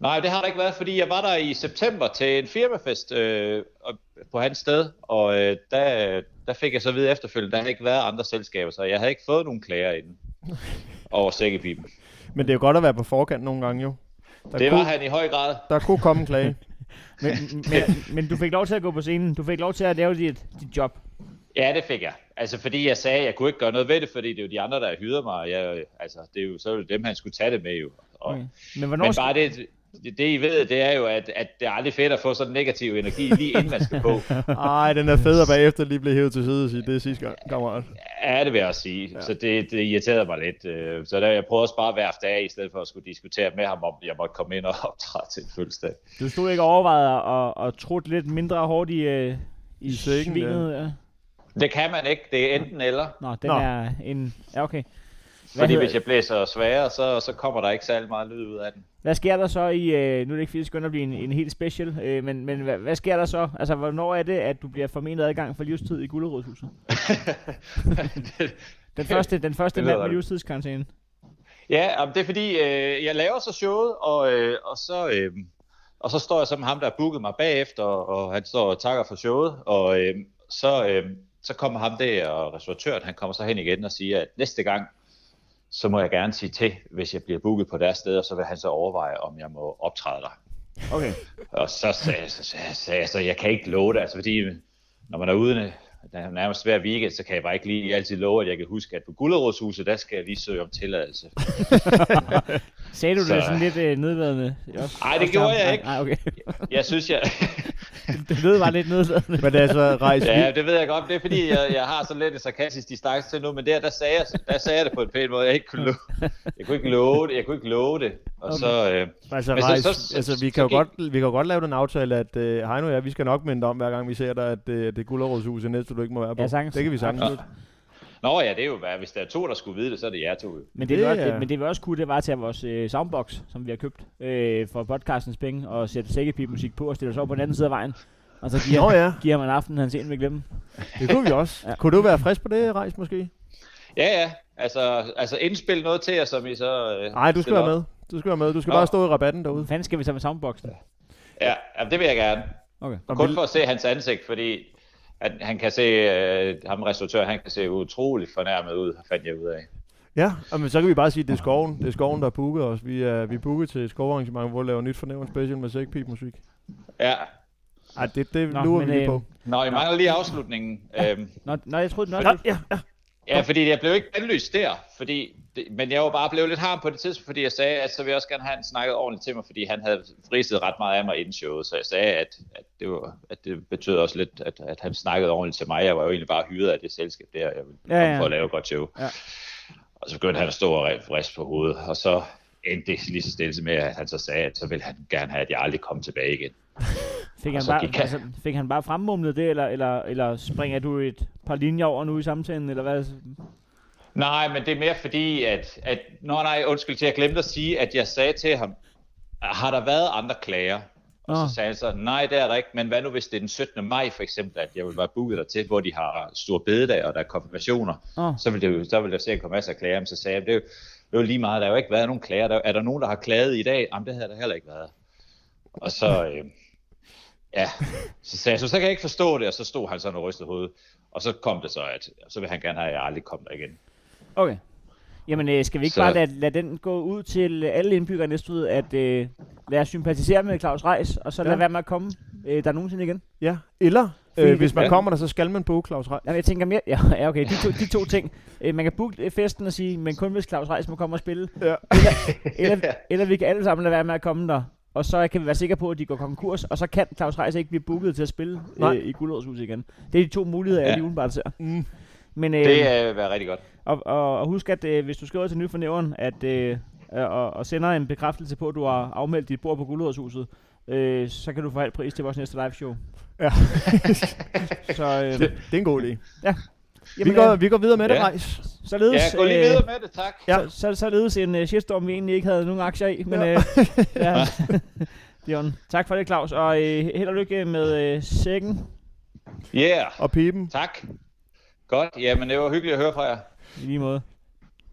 D: Nej, det har der ikke været, fordi jeg var der i september til en firmafest øh, og- på hans sted, og øh, der, der fik jeg så at vide efterfølgende, der havde ikke været andre selskaber, så jeg havde ikke fået nogen klager inden over sækkepipen.
J: Men det er jo godt at være på forkant nogle gange jo.
D: Det var han i høj grad.
J: Der kunne komme en klage.
B: Men, men, men du fik lov til at gå på scenen. Du fik lov til at lave dit, dit job.
D: Ja, det fik jeg. Altså, fordi jeg sagde, at jeg kunne ikke gøre noget ved det, fordi det er jo de andre, der har hyret mig, og jeg, altså, det er jo så er det dem, han skulle tage det med jo. Og,
B: Okay.
D: okay.
B: Men hvornår...
D: Men bare det, det, det, I ved, det er jo, at, at det er aldrig fedt at få sådan en negativ energi, lige inden man skal på.
J: Ej, den er fed at bagefter lige blive hævet til side og sige, det er sidste gang, kammerat.
D: Ja, det vil jeg også sige. Ja. Så det, det irriterede mig lidt. Øh, Så der, jeg prøvede også bare at være af, i stedet for at skulle diskutere med ham, om jeg måtte komme ind og optræde til en fødselsdag.
B: Du stod ikke overvejet at, at, at trutte lidt mindre hårdt i, øh, i, I
J: sækken,
B: svinet? Ja.
D: Det kan man ikke. Det er enten eller.
B: Nå, den
D: Nå.
B: Nå. er en... Ja, okay. Hvad,
D: Fordi
B: hedder,
D: hvis jeg blæser sværere, så, så kommer der ikke særlig meget lyd ud af den.
B: hvad sker der så i... Øh, nu er det ikke fordi, det skynder at blive en, en helt special, øh, men, men hvad, hvad sker der så? Altså, hvornår er det, at du bliver formenet adgang for livstid i Gullerådshuset? den første, den første
D: Det
B: mand
D: lyder
B: med
D: da-
B: livstidskarantæne.
D: Ja, jamen, det er fordi, øh, jeg laver så showet, og, øh, og, så, øh, og så står jeg som ham, der bookede mig bagefter, og han står og takker for showet, og øh, så, øh, så kommer ham der, og restauratøren, han kommer så hen igen og siger, at næste gang, så må jeg gerne sige til, hvis jeg bliver booket på deres sted, og så vil han så overveje, om jeg må optræde der.
B: Okay.
D: Og så sagde jeg, så, så, så, jeg, så jeg kan ikke love det, altså fordi når man er ude øh, nærmest hver weekend, så kan jeg bare ikke lige altid love, at jeg kan huske, at på Gullerådshuset, der skal jeg lige søge om tilladelse.
B: Sagde du så...
D: Så-
B: det sådan lidt øh, nedværende?
D: Ej, det gjorde jeg ikke.
B: Nej, okay.
D: Jeg synes, jeg...
B: det lød bare lidt nedværende.
J: Men det er altså rejse
D: ja, det ved jeg godt. Det er fordi, jeg, jeg har sådan lidt en sarkastisk distance til nu, men der, der, sagde jeg, der sagde jeg det på en pæn måde. Jeg, ikke kunne love, jeg kunne ikke love det. Jeg kunne ikke love det. Og så... Øh,
J: Altså,
D: men
J: rejse, altså vi, kan jo godt, vi kan jo godt lave den aftale, at øh, Heino og jeg, vi skal nok minde dig om, hver gang vi ser dig, at øh, det er Gullerådshuset næste, du ikke må være på.
B: Ja, sagtens.
J: Det kan vi sagtens.
B: Absolut.
L: Nå ja, det er jo hvad, hvis der er to, der skulle vide det, så er det jer to. jo.
B: Men det, det, også,
D: øh.
B: det, men det vi også kunne, det var at tage vores øh, soundbox, som vi har købt øh, for podcastens penge, og sætte sækkepip musik på og stille os over på den anden side af vejen. Og så giver,
D: Nå ja.
B: giver ham en aften, han sent vil glemme.
D: Det kunne vi også. Kunne du være frisk på det, Rejs, måske?
L: Ja, ja. Altså, altså indspil noget til jer, som I så... øh,
D: Nej, du skal
L: stiller
D: være
L: op.
D: med. Du skal være med. Du skal
L: Nå.
D: bare stå i rabatten derude.
B: Fanden skal vi tage med soundboxen?
L: Ja, jamen, det vil jeg gerne.
B: Okay.
L: Og kun for at se hans ansigt, fordi at han kan se, øh, ham restauratør, han kan se utroligt fornærmet ud, fandt jeg ud af.
D: Ja, og men så kan vi bare sige, at det er skoven, det er skoven der booker os. Vi er, vi er booket til et skovarrangement, hvor vi laver nyt fornævn special med sækpip musik.
L: Ja.
D: Ej, det, det Nå, lurer vi lige på.
L: Nå, I mangler lige afslutningen. Øhm,
B: Nå, nej, jeg troede, den
L: Nå,
B: også... Ja, ja.
L: ja, fordi jeg blev ikke anlyst der, fordi det, men jeg var bare blevet lidt harm på det tidspunkt, fordi jeg sagde, at så vil jeg også gerne have, at han snakkede ordentligt til mig, fordi han havde friset ret meget af mig inden showet, så jeg sagde, at, at, det, var, at det betød også lidt, at, at han snakkede ordentligt til mig. Jeg var jo egentlig bare hyret af det selskab der, jeg ville
B: Ja,
L: ja, komme
B: ja.
L: for at lave et godt show.
B: Ja.
L: Og så begyndte han at stå og rist på hovedet, og så endte det lige så stille med, at han så sagde, at så ville han gerne have, at jeg aldrig kom tilbage igen.
B: Fik,
L: Og
B: han
L: så
B: bare,
L: gik han.
B: altså, fik han bare fremmumlet det, eller, eller, eller springer du et par linjer over nu i samtalen, eller hvad?
L: Nej, men det er mere fordi, at, at Nå nej, undskyld, jeg glemte at sige, at jeg sagde til ham, har der været andre klager? Og
B: Nå.
L: så sagde han så, nej, det er der ikke, men hvad nu hvis det er den 17. maj for eksempel, at jeg vil være booket der til, hvor de har stor bededag, og der er konfirmationer,
B: Nå.
L: så vil, det jo, så vil der sikkert komme masser af klager, men så sagde jeg, det er jo, det er jo lige meget, der har jo ikke været nogen klager, der, er der nogen, der har klaget i dag? Jamen, det havde der heller ikke været. Og så, øh, ja, så sagde jeg, så, så kan jeg ikke forstå det, og så stod han sådan og rystede hovedet, og så kom det så, at så vil han gerne have, at jeg aldrig kom der igen.
B: Okay. Jamen, øh, skal vi ikke så...
L: Så-
B: bare lade, lade den gå ud til alle indbyggere næste ud, at øh, lad os sympatisere med Claus Reis, og så lad
D: Ja.
B: være med at komme øh, der nogensinde igen?
D: Ja, eller
B: Fordi
D: øh, hvis man
B: det-
D: kommer der, så skal man booke Claus Rej.
B: Jamen, jeg tænker mere... Ja, ja, okay, de to, de to ting. Øh, man kan booke øh, festen og sige, men kun hvis Claus Reis må komme og spille.
D: Ja.
B: Eller, eller, eller vi kan alle sammen lade være med at komme der. Og så kan vi være sikre på, at de går konkurs, og så kan Claus Reis ikke blive booket til at spille
L: Nej.
B: øh, i Guldrådshus igen. Det er de to muligheder, ja. jeg
L: Ja.
B: lige umiddelbart ser.
D: Mm.
B: Men, øh,
L: Det øh, vil være rigtig godt.
B: Og, og, og husk, at øh, hvis du skriver til nyfornævren, at øh, og, og sender en bekræftelse på, at du har afmeldt dit bord på Guldrådshuset, øh, så kan du få halv pris til vores næste live show.
D: Ja.
B: så, øh,
D: Det, det er en god idé.
B: Ja.
D: Jamen, vi, går, vi går videre med ja. det, Rejs.
B: Således,
L: Ja, gå lige
B: øh,
L: videre med det, tak.
B: Ja. Så, så, således en øh, shitstorm, vi egentlig ikke havde nogen aktier i, men ja. Øh, ja. Dion, tak for det, Claus, og øh, held og lykke med øh, sækken.
L: Yeah,
D: Og pipen.
L: tak. Godt, jamen det var hyggeligt at høre fra jer.
B: I lige måde.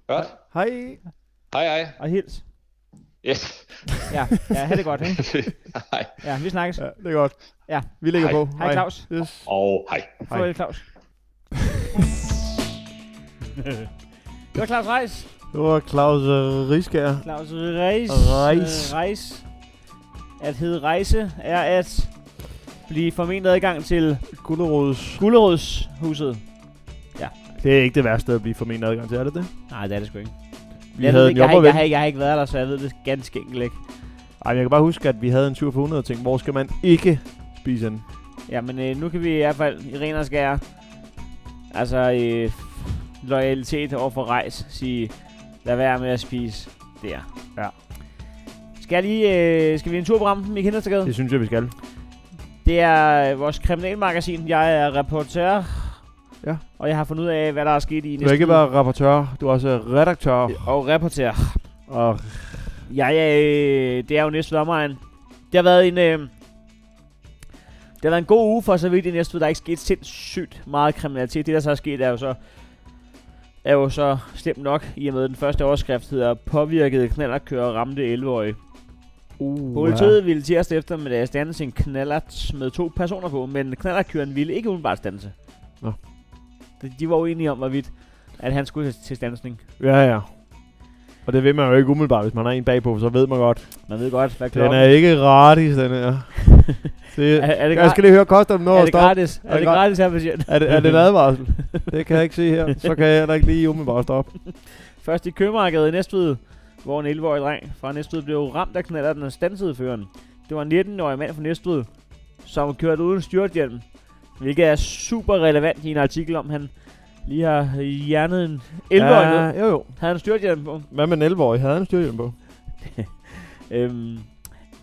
L: Godt,
D: Hej.
L: hej hej.
B: Og hils.
L: Yes.
B: Ja, ja, ha' det godt, ikke?
L: hej.
B: Ja, vi snakkes.
D: Ja, det er godt.
B: Ja.
D: Vi lægger
B: Hej.
D: på.
B: Hej, Claus.
D: Yes.
L: Og hej.
B: Farvel, Claus. det var Claus Reis.
D: Det var Claus øh, Riskær.
B: Claus Reis.
D: Reis.
B: Øh, Reis. At hedde rejse er at blive forment adgang til
D: Gullerods.
B: Gullerådshuset. Ja.
D: Det er ikke det værste at blive forment adgang til, er det det?
B: Nej, det er det sgu ikke.
D: Vi
B: jeg,
D: havde
B: ved,
D: den
B: ikke, jeg, har,
D: oppe
B: ikke-
D: at
B: jeg, har, ikke- jeg har ikke været der, så jeg ved det ganske enkelt ikke.
D: Ej, men jeg kan bare huske, at vi havde en tur for 100 og tænkte, hvor skal man ikke spise den?
B: Ja, men øh, nu kan vi i hvert fald i ren og skære, altså øh, loyalitet over for rejs, sige, lad være med at spise der.
D: Ja.
B: Skal jeg lige, øh, skal vi en tur på rampen i Kinderstagade?
D: Det synes jeg, vi skal.
B: Det er øh, vores kriminalmagasin. Jeg er reporter.
D: Ja.
B: Og jeg har fundet ud af, hvad der er sket i
D: Du er
B: næste
D: ikke
B: uge.
D: bare rapportør, du er også øh, redaktør.
B: Og reporter.
D: Og
B: Jeg er, øh, det er jo næste omegn. Det har været en... Øh, det har været en god uge for så vidt i næste uge. Der er ikke sket sindssygt meget kriminalitet. Det der så er sket er jo så er jo så slemt nok, i og med at den første overskrift hedder Påvirket knallerkører ramte 11-årige.
D: uh,
B: Politiet ville tirsdag eftermiddag stande sin knallert med to personer på, men knallertkøren ville ikke umiddelbart stanse.
D: Nå.
B: De, de var uenige om, hvorvidt at han skulle til- til stansning.
D: Ja, ja. Og det ved man jo ikke umiddelbart, hvis man har en bagpå, så ved man godt.
B: Man ved godt, hvad
D: Den
B: klokken
D: er ikke gratis, den her. Det,
B: Er- er det gra-
D: jeg skal lige høre, koster den noget
B: er
D: at
B: det
D: stoppe?
B: gratis? Er,
D: det
B: det
D: gra-
B: gratis her, patient?
D: Er det, er det en advarsel? det kan jeg ikke se her. Så kan jeg heller ikke lige umiddelbart stoppe.
B: Først i købmarkedet i Næstved, hvor en 11-årig dreng fra Næstved blev ramt af knallerten og stansede føreren. Det var en 19-årig mand fra Næstved, som kørte uden styrthjelm, hvilket er super relevant i en artikel om, han lige har hjernet en 11-årig ja.
D: ja, jo jo.
B: Havde han styrthjelm på?
D: Hvad med en 11-årig? Havde han styrhjelm på?
B: Øhm,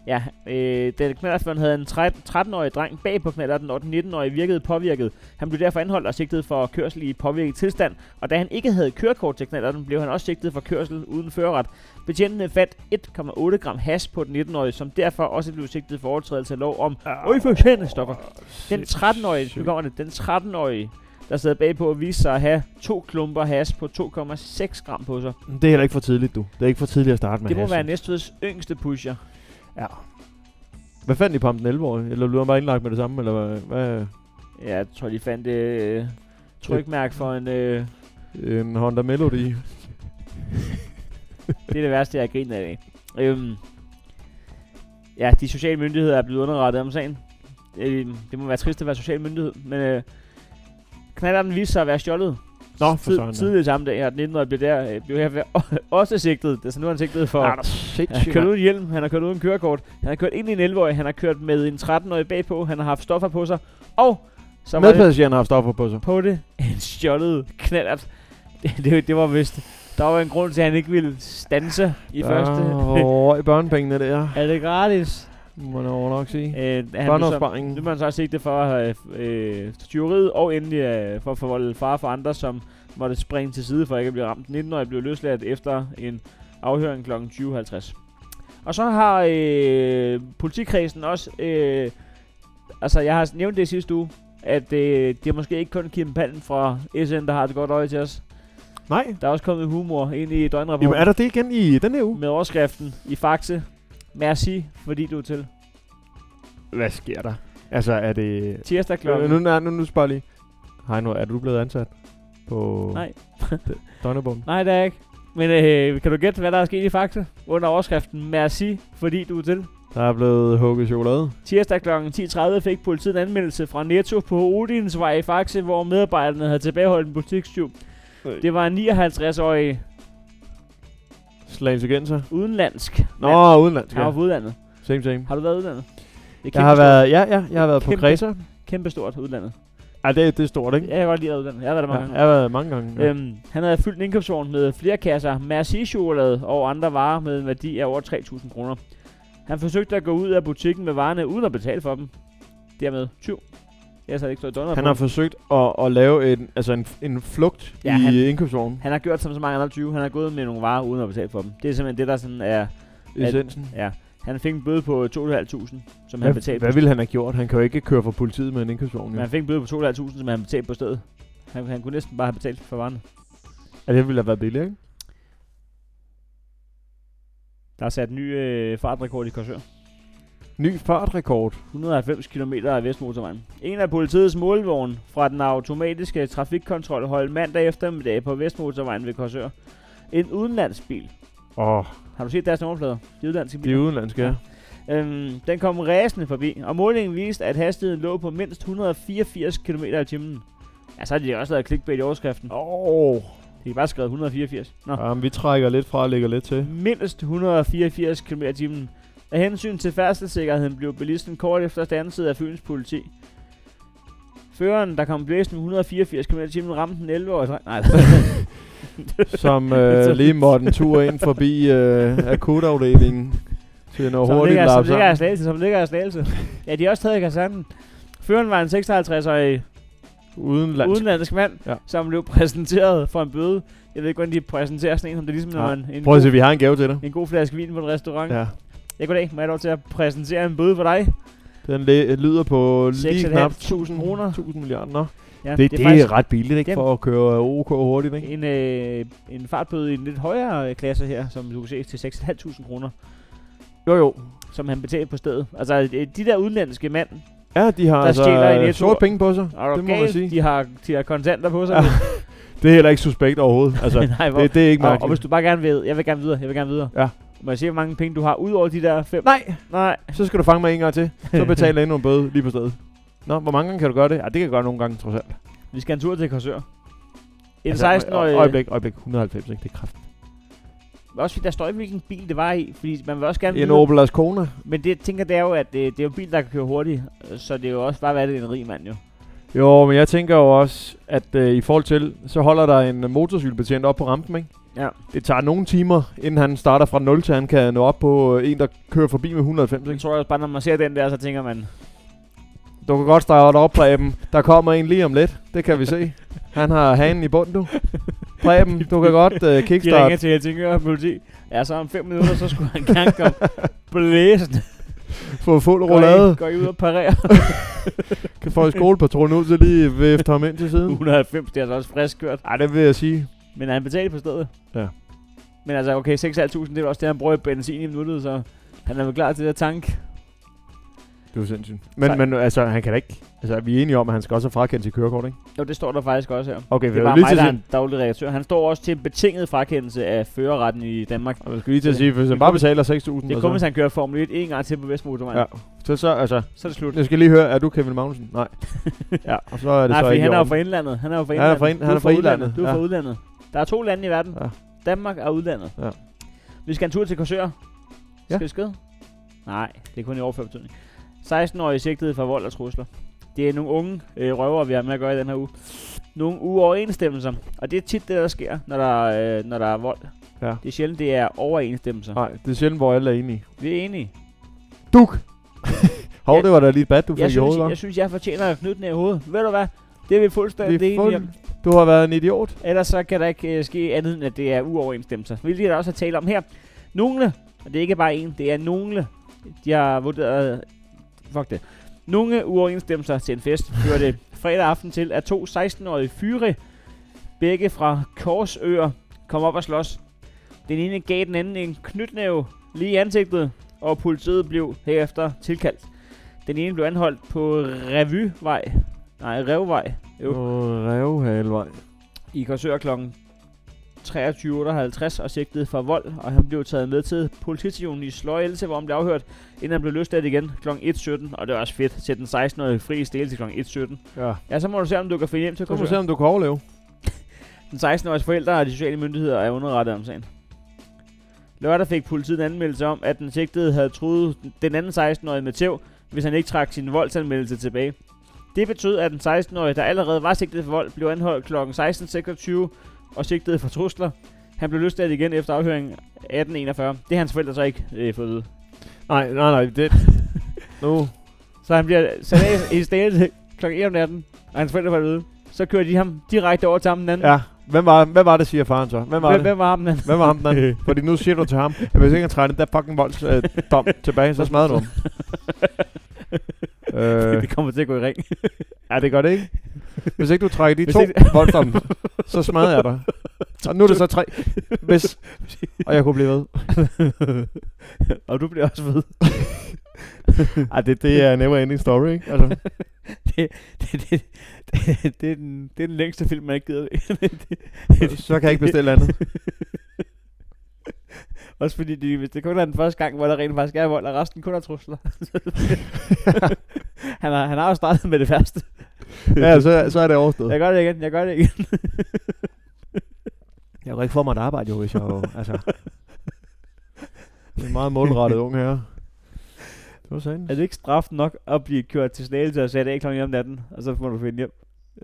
B: Ja, øh, da knallertføreren havde en 13 13-årig dreng bag på knallerten, og den 19-årige virkede påvirket. Han blev derfor anholdt og sigtet for kørsel i påvirket tilstand, og da han ikke havde kørekort til knallerten, blev han også sigtet for kørsel uden førerret. Betjentene fandt 1,8 gram hash på den 19-årige, som derfor også blev sigtet for overtrædelse af lov om øjefortjente stoffer. Den 13-årige, nu kommer det, den 13-årige, der sad bagpå og viste sig at have to klumper hash på 2,6 gram på sig.
D: Det er heller ikke for tidligt, du. Det er ikke for tidligt at starte med
B: Det må
D: hash.
B: være Næstveds yngste pusher.
D: Ja. Hvad fandt I på ham den 11 årige Eller blev han bare indlagt med det samme? Eller hvad? hvad?
B: Ja, jeg tror, de fandt øh, trykmærke for en... Øh,
D: En Øhm, Honda Melody.
B: det er det værste, jeg har grinet af. i dag. Øhm, ja, de sociale myndigheder er blevet underrettet om sagen. Øhm, det må være trist at være social myndighed, men øh, knalderen viste sig at være stjålet.
D: Nå, for
B: Tid-
D: søren da.
B: Tidligere samme dag, og den 19 blev, der, øh, blev her også sigtet. Altså nu er han sigtet for...
D: Er du sindssyg,
B: han har kørt
D: mand.
B: uden hjelm, han har kørt uden kørekort, han har kørt ind i en 11-årig, han har kørt med en 13-årig bagpå, han har haft stoffer på sig, og... Så var det-
D: Medpassageren har haft stoffer på sig.
B: på det. En stjålet knallert. Det, det, det var vist. Der var en grund til, at han ikke ville stanse i første.
D: Åh, i børnepengene der.
B: er det gratis?
D: Må man jo nok sige.
B: Øh, han blev så-
D: Børneopsparingen.
B: Nu må man så også sigte det for øh, øh, tyveriet, og endelig øh, for at forvolde far for andre, som måtte springe til side for ikke at blive ramt. 19-årig blev løsladt efter en afhøring kl. 20.50. Og så har øh, politikredsen også... Øh, altså, jeg har nævnt det i sidste uge, at øh, det er måske ikke kun Kim Palm fra SN, der har et godt øje til os.
D: Nej.
B: Der er også kommet humor ind i døgnrapporten.
D: Jamen, er der det igen i den her uge?
B: Med overskriften i Faxe. Merci, fordi du er til.
D: Hvad sker der? Altså, er det... Øh,
B: Tirsdag klokken-
D: Nu, nu, nu, nu spørger jeg lige. Hej nu, er du blevet ansat på...
B: Nej.
D: Døgnebomben?
B: Nej, det er jeg ikke. Men øh, kan du gætte, hvad der er sket i Faxe? Under overskriften Merci, fordi du er til.
D: Der er blevet hugget chokolade.
B: Tirsdag kl. 10.30 fik politiet en anmeldelse fra Netto på Odinsvej i Faxe, hvor medarbejderne havde tilbageholdt en butikstyv. Det var en 59-årig
D: Slagelse genser.
B: udenlandsk.
D: Nå,
B: mand.
D: udenlandsk,
B: Han var
D: ja.
B: fra udlandet.
D: Same, same.
B: Har du været udlandet? Det er
D: Jeg har
B: kæmpestort.
D: været- ja, ja, jeg har været på
B: Kæmpe-
D: Kreta.
B: Kæmpestort udlandet.
D: Ej, det, det er stort, ikke?
B: Ja, jeg kan godt lide at være udlandet. Jeg har været der mange
D: Ja,
B: gange.
D: jeg har været mange gange, ja.
B: Øhm, han havde fyldt en indkøbsvogn med flere kasser Merci-chokolade og andre varer med en værdi af over 3.000 kroner. Han forsøgte at gå ud af butikken med varerne uden at betale for dem. Dermed 20. Ellers havde det ikke stået døgnet
D: Han har forsøgt at, at lave en, altså en, en flugt ja, i han, indkøbsvognen.
B: Han har gjort som så mange andre 20. Han har gået med nogle varer uden at betale for dem. Det er simpelthen det, der sådan er... at-
D: Essensen.
B: Ja. Han fik en bøde på 2.500, som han
D: Hvad,
B: betalte.
D: hvad ville han have gjort? Han kan jo ikke køre for politiet med en indkøbsvogn.
B: Men
D: jo.
B: han fik en bøde på 2.500, som han betalte på stedet. Han, han kunne næsten bare have betalt for varerne.
D: Ja, det ville have været billigt, ikke?
B: Der er sat ny øh, fartrekord i Korsør.
D: Ny fartrekord.
B: 190 km af Vestmotorvejen. En af politiets målvogn fra den automatiske trafikkontrol holdt mandag eftermiddag på Vestmotorvejen ved Korsør. En udenlandsbil.
D: Åh, oh,
B: Har du set deres nummerplader? De udenlandske
D: de er
B: biler.
D: udenlandske, ja.
B: Øhm, den kom rasende forbi, og målingen viste, at hastigheden lå på mindst 184 km i timen. Ja, så har de også lavet clickbait i overskriften.
D: Åh. Oh.
B: De kan bare skrevet 184. Nå.
D: Jamen, vi trækker lidt fra og lægger lidt til.
B: mindst 184 km i timen. Af hensyn til færdselssikkerheden blev bilisten kort efter standset af Fyns politi. Føreren, der kom blæst med 184 km i timen, ramte den 11-årige dreng. Nej,
D: Som øh, lige måtte en tur ind forbi øh, akutafdelingen. Til noget
B: Som
D: hurtigt
B: ligger,
D: lap
B: som ligger i
D: sammen.
B: slagelse, som ligger i slagelse. Ja, de er også taget i kasernen. Føreren var en 56-årig
D: Udenlandsk.
B: udenlandsk mand,
D: Ja.
B: som blev præsenteret for en bøde. Jeg ved ikke, hvordan de præsenterer sådan en, som det er ligesom, når
D: Nej.
B: man... En
D: Prøv at se,
B: god-
D: vi har en gave til dig.
B: En god flaske vin på en restaurant.
D: Ja.
B: Ja, goddag. Må jeg have lov til at præsentere en bøde for dig?
D: Den læ- øh, lyder på lige knap
B: 6.500 kroner.
D: 1000 milliarder. Nå.
B: Ja,
D: Ja, det, det, det
B: faktisk
D: er ret billigt, ikke?
B: den-
D: For at køre øh, OK hurtigt, ikke?
B: en, øh, en fartbøde i en lidt højere øh, klasse her, som du kan se, til 6.500 kroner.
D: Jo, jo.
B: Som han betalte på stedet. Altså, øh, de der udenlandske mænd,
D: Ja, de har
B: der
D: altså
B: stjæler i Netto.
D: sorte penge på sig.
B: Er du
D: Det må man
B: gal?
D: sige.
B: De har, de har kontanter på sig.
D: Ja. Det er heller ikke suspekt overhovedet. Altså,
B: Nej, hvor-
D: det, det er ikke
B: og,
D: mærkeligt.
B: og, hvis du bare gerne vil, jeg vil gerne videre, jeg vil gerne videre.
D: Ja.
B: Må jeg se, hvor mange penge du har, ud over de der fem?
D: Nej.
B: Nej.
D: Så skal du fange mig en gang til. Så betaler jeg endnu en bøde lige på stedet. Nå, hvor mange gange kan du gøre det? Ja, det kan jeg gøre nogle gange, trods alt.
B: Vi skal en tur til Korsør. En
D: Altså,
B: 16-årig...
D: Øjeblik, øjeblik. 190, ikke? Det er kraft.
B: Også fordi der står ikke, hvilken bil det var i, fordi man vil også gerne
D: En
B: vide-
D: Opel Ascona.
B: Men det, jeg tænker, det er jo, at øh, det er jo en bil, der kan køre hurtigt, øh, så det er jo også bare, hvad er det en rig mand jo.
D: Jo, men jeg tænker jo også, at øh, i forhold til, så holder der en øh, motorcykelbetjent op på rampen, ikke?
B: Ja.
D: Det tager nogle timer, inden han starter fra 0, til han kan nå op på øh, en, der kører forbi med 190. Ikke?
B: Jeg tror også bare, når man ser den der, så tænker man...
D: Du kan godt starte op, Preben. Der kommer en lige om lidt. Det kan vi se. Han har hanen i bunden, du. Preben, du kan godt uh,
B: De ringer
D: kickstart.
B: til Helsingør politi. Ja, så om fem minutter, så skulle han gerne komme blæsende.
D: Få fuld
B: Går I-
D: roulade.
B: Går I ud og parerer.
D: Kan få skolepatruljen ud til lige vifte ham ind til siden.
B: 190, det er altså også frisk kørt.
D: Ej, det vil jeg sige.
B: Men han betalte på stedet.
D: Ja.
B: Men altså, okay, 6.500, det er vel også det, han bruger i benzin i minuttet, så han er vel klar til det tank.
D: Det er sindssygt. Men, men altså, han kan da ikke... Altså, er vi er enige om, at han skal også have frakendt sit kørekort, ikke?
B: Jo, det står der faktisk også her.
D: Okay,
B: det
D: for jeg
B: er
D: var
B: bare
D: lige
B: mig, der
D: til at
B: er
D: sige-
B: en daglig redaktør. Han står også til en betinget frakendelse af førerretten i Danmark.
D: Og jeg skal lige til at sige, hvis han bare betaler 6.000...
B: Det er
D: og
B: kun,
D: så-
B: hvis han kører Formel 1 en gang til på Vestmotorvejen.
D: Ja. Så, så, altså,
B: Så er det slut.
D: Jeg skal lige høre, er du Kevin Magnussen? Nej. ja, og så er det
B: Nej,
D: så
B: fordi
D: ikke i
B: han er jo
D: orden.
B: fra indlandet. Han er jo fra
D: Han er
B: indlandet.
D: fra, ind,
B: Du
D: han er fra udlandet.
B: Du er fra udlandet. Der er to lande i verden.
D: Ja.
B: Danmark og udlandet.
D: Ja.
B: Vi skal en tur til Korsør.
D: Ja.
B: Skal vi skide? Nej, det er kun i overført betydning. 16-årige sigtede for vold og trusler. Det er nogle unge øh, røver, vi har med at gøre i den her uge. Nogle uoverensstemmelser. Og det er tit det, der sker, når der, øh, når der er vold.
D: Ja.
B: Det er sjældent, det er overensstemmelser.
D: Nej, det er sjældent, hvor alle er enige.
B: Vi er enige.
D: Duk! Hov, det var da lige et bat, du
B: jeg
D: fik i
B: synes,
D: hovedet,
B: jeg, synes, jeg fortjener knytten i hovedet. Ved du hvad? Det er vi fuldstændig
D: Vi er
B: enige om.
D: hva'? Du har været en idiot.
B: Ellers så kan der ikke øh, ske andet, end at det er uoverensstemmelser. Hvilket der også er tale om her. Nogle, og det er ikke bare en, det er nogle, de har vurderet... Fuck det. Nogle uoverensstemmelser til en fest fører det fredag aften til, at to 16-årige fyre, begge fra Korsøer, kom op og slås. Den ene gav den anden en knytnæve lige i ansigtet, og politiet blev herefter tilkaldt. Den ene blev anholdt på Revyvej. Nej, Revvej. Jo
D: Åh, revhalvej.
B: i Korsør kl. 23.58 og sigtet for vold, og han blev taget med til politistationen i Sløjelse, hvor han blev afhørt, inden han blev løsladt igen kl. 1.17, og det var også fedt, sæt den 16-årige fri i stille til kl. 1.17.
D: Ja.
B: Ja, så må du se, om du kan finde hjem til
D: Så må
B: Korsør.
D: vi se, om du kan overleve.
B: Den 16-årige forældre og de sociale myndigheder er underrettet om sagen. Lørdag fik politiet en anmeldelse om, at den sigtede havde truet den anden 16-årige med tæv, hvis han ikke trak sin voldsanmeldelse tilbage. Det betød, at den 16-årige, der allerede var sigtet for vold, blev anholdt kl. 16.26 og sigtet for trusler. Han blev løsladt igen efter afhøringen 18.41. Det har hans forældre så ikke øh, fået at vide.
D: Nej, nej, nej, det... nu...
B: Så han bliver sat af i stedet kl. 1 om natten, og hans forældre får at vide. Så kører de ham direkte over til ham den anden.
D: Ja, hvem var, hvem var det, siger faren så? Hvem var
B: Hvem-
D: det?
B: hvem var ham den anden?
D: Hvem var ham den anden? Fordi nu siger du til ham, at hvis ikke han træder den der fucking voldsdom øh, tilbage, så smadrer du ham.
B: Øh. Det kommer til at gå i ring.
D: ja, det gør det ikke. Hvis ikke du trækker de
B: Hvis
D: to
B: ikke-
D: voldsomme, så smadrer jeg dig. Og nu er det så tre. Hvis... Og jeg kunne blive ved.
B: og du bliver også ved.
D: Ej, det, det er en never ending story, ikke? Altså.
B: det, det, det, det, det, er den, det er den længste film, man ikke gider
D: Så kan jeg ikke bestille andet.
B: Også fordi, de, hvis det kun er den første gang, hvor der rent faktisk er vold, og resten kun er trusler. han, har, han har jo startet med det værste.
D: Ja, så, så er det overstået.
B: Jeg gør det igen, jeg gør det igen.
D: Jeg kunne ikke få mig et arbejde, jo, hvis jeg var... altså... Det er en meget målrettet ung her. Det var sandt.
B: er det ikke straf nok at blive kørt til Slagelse og sat af klokken om natten, og så må du finde hjem?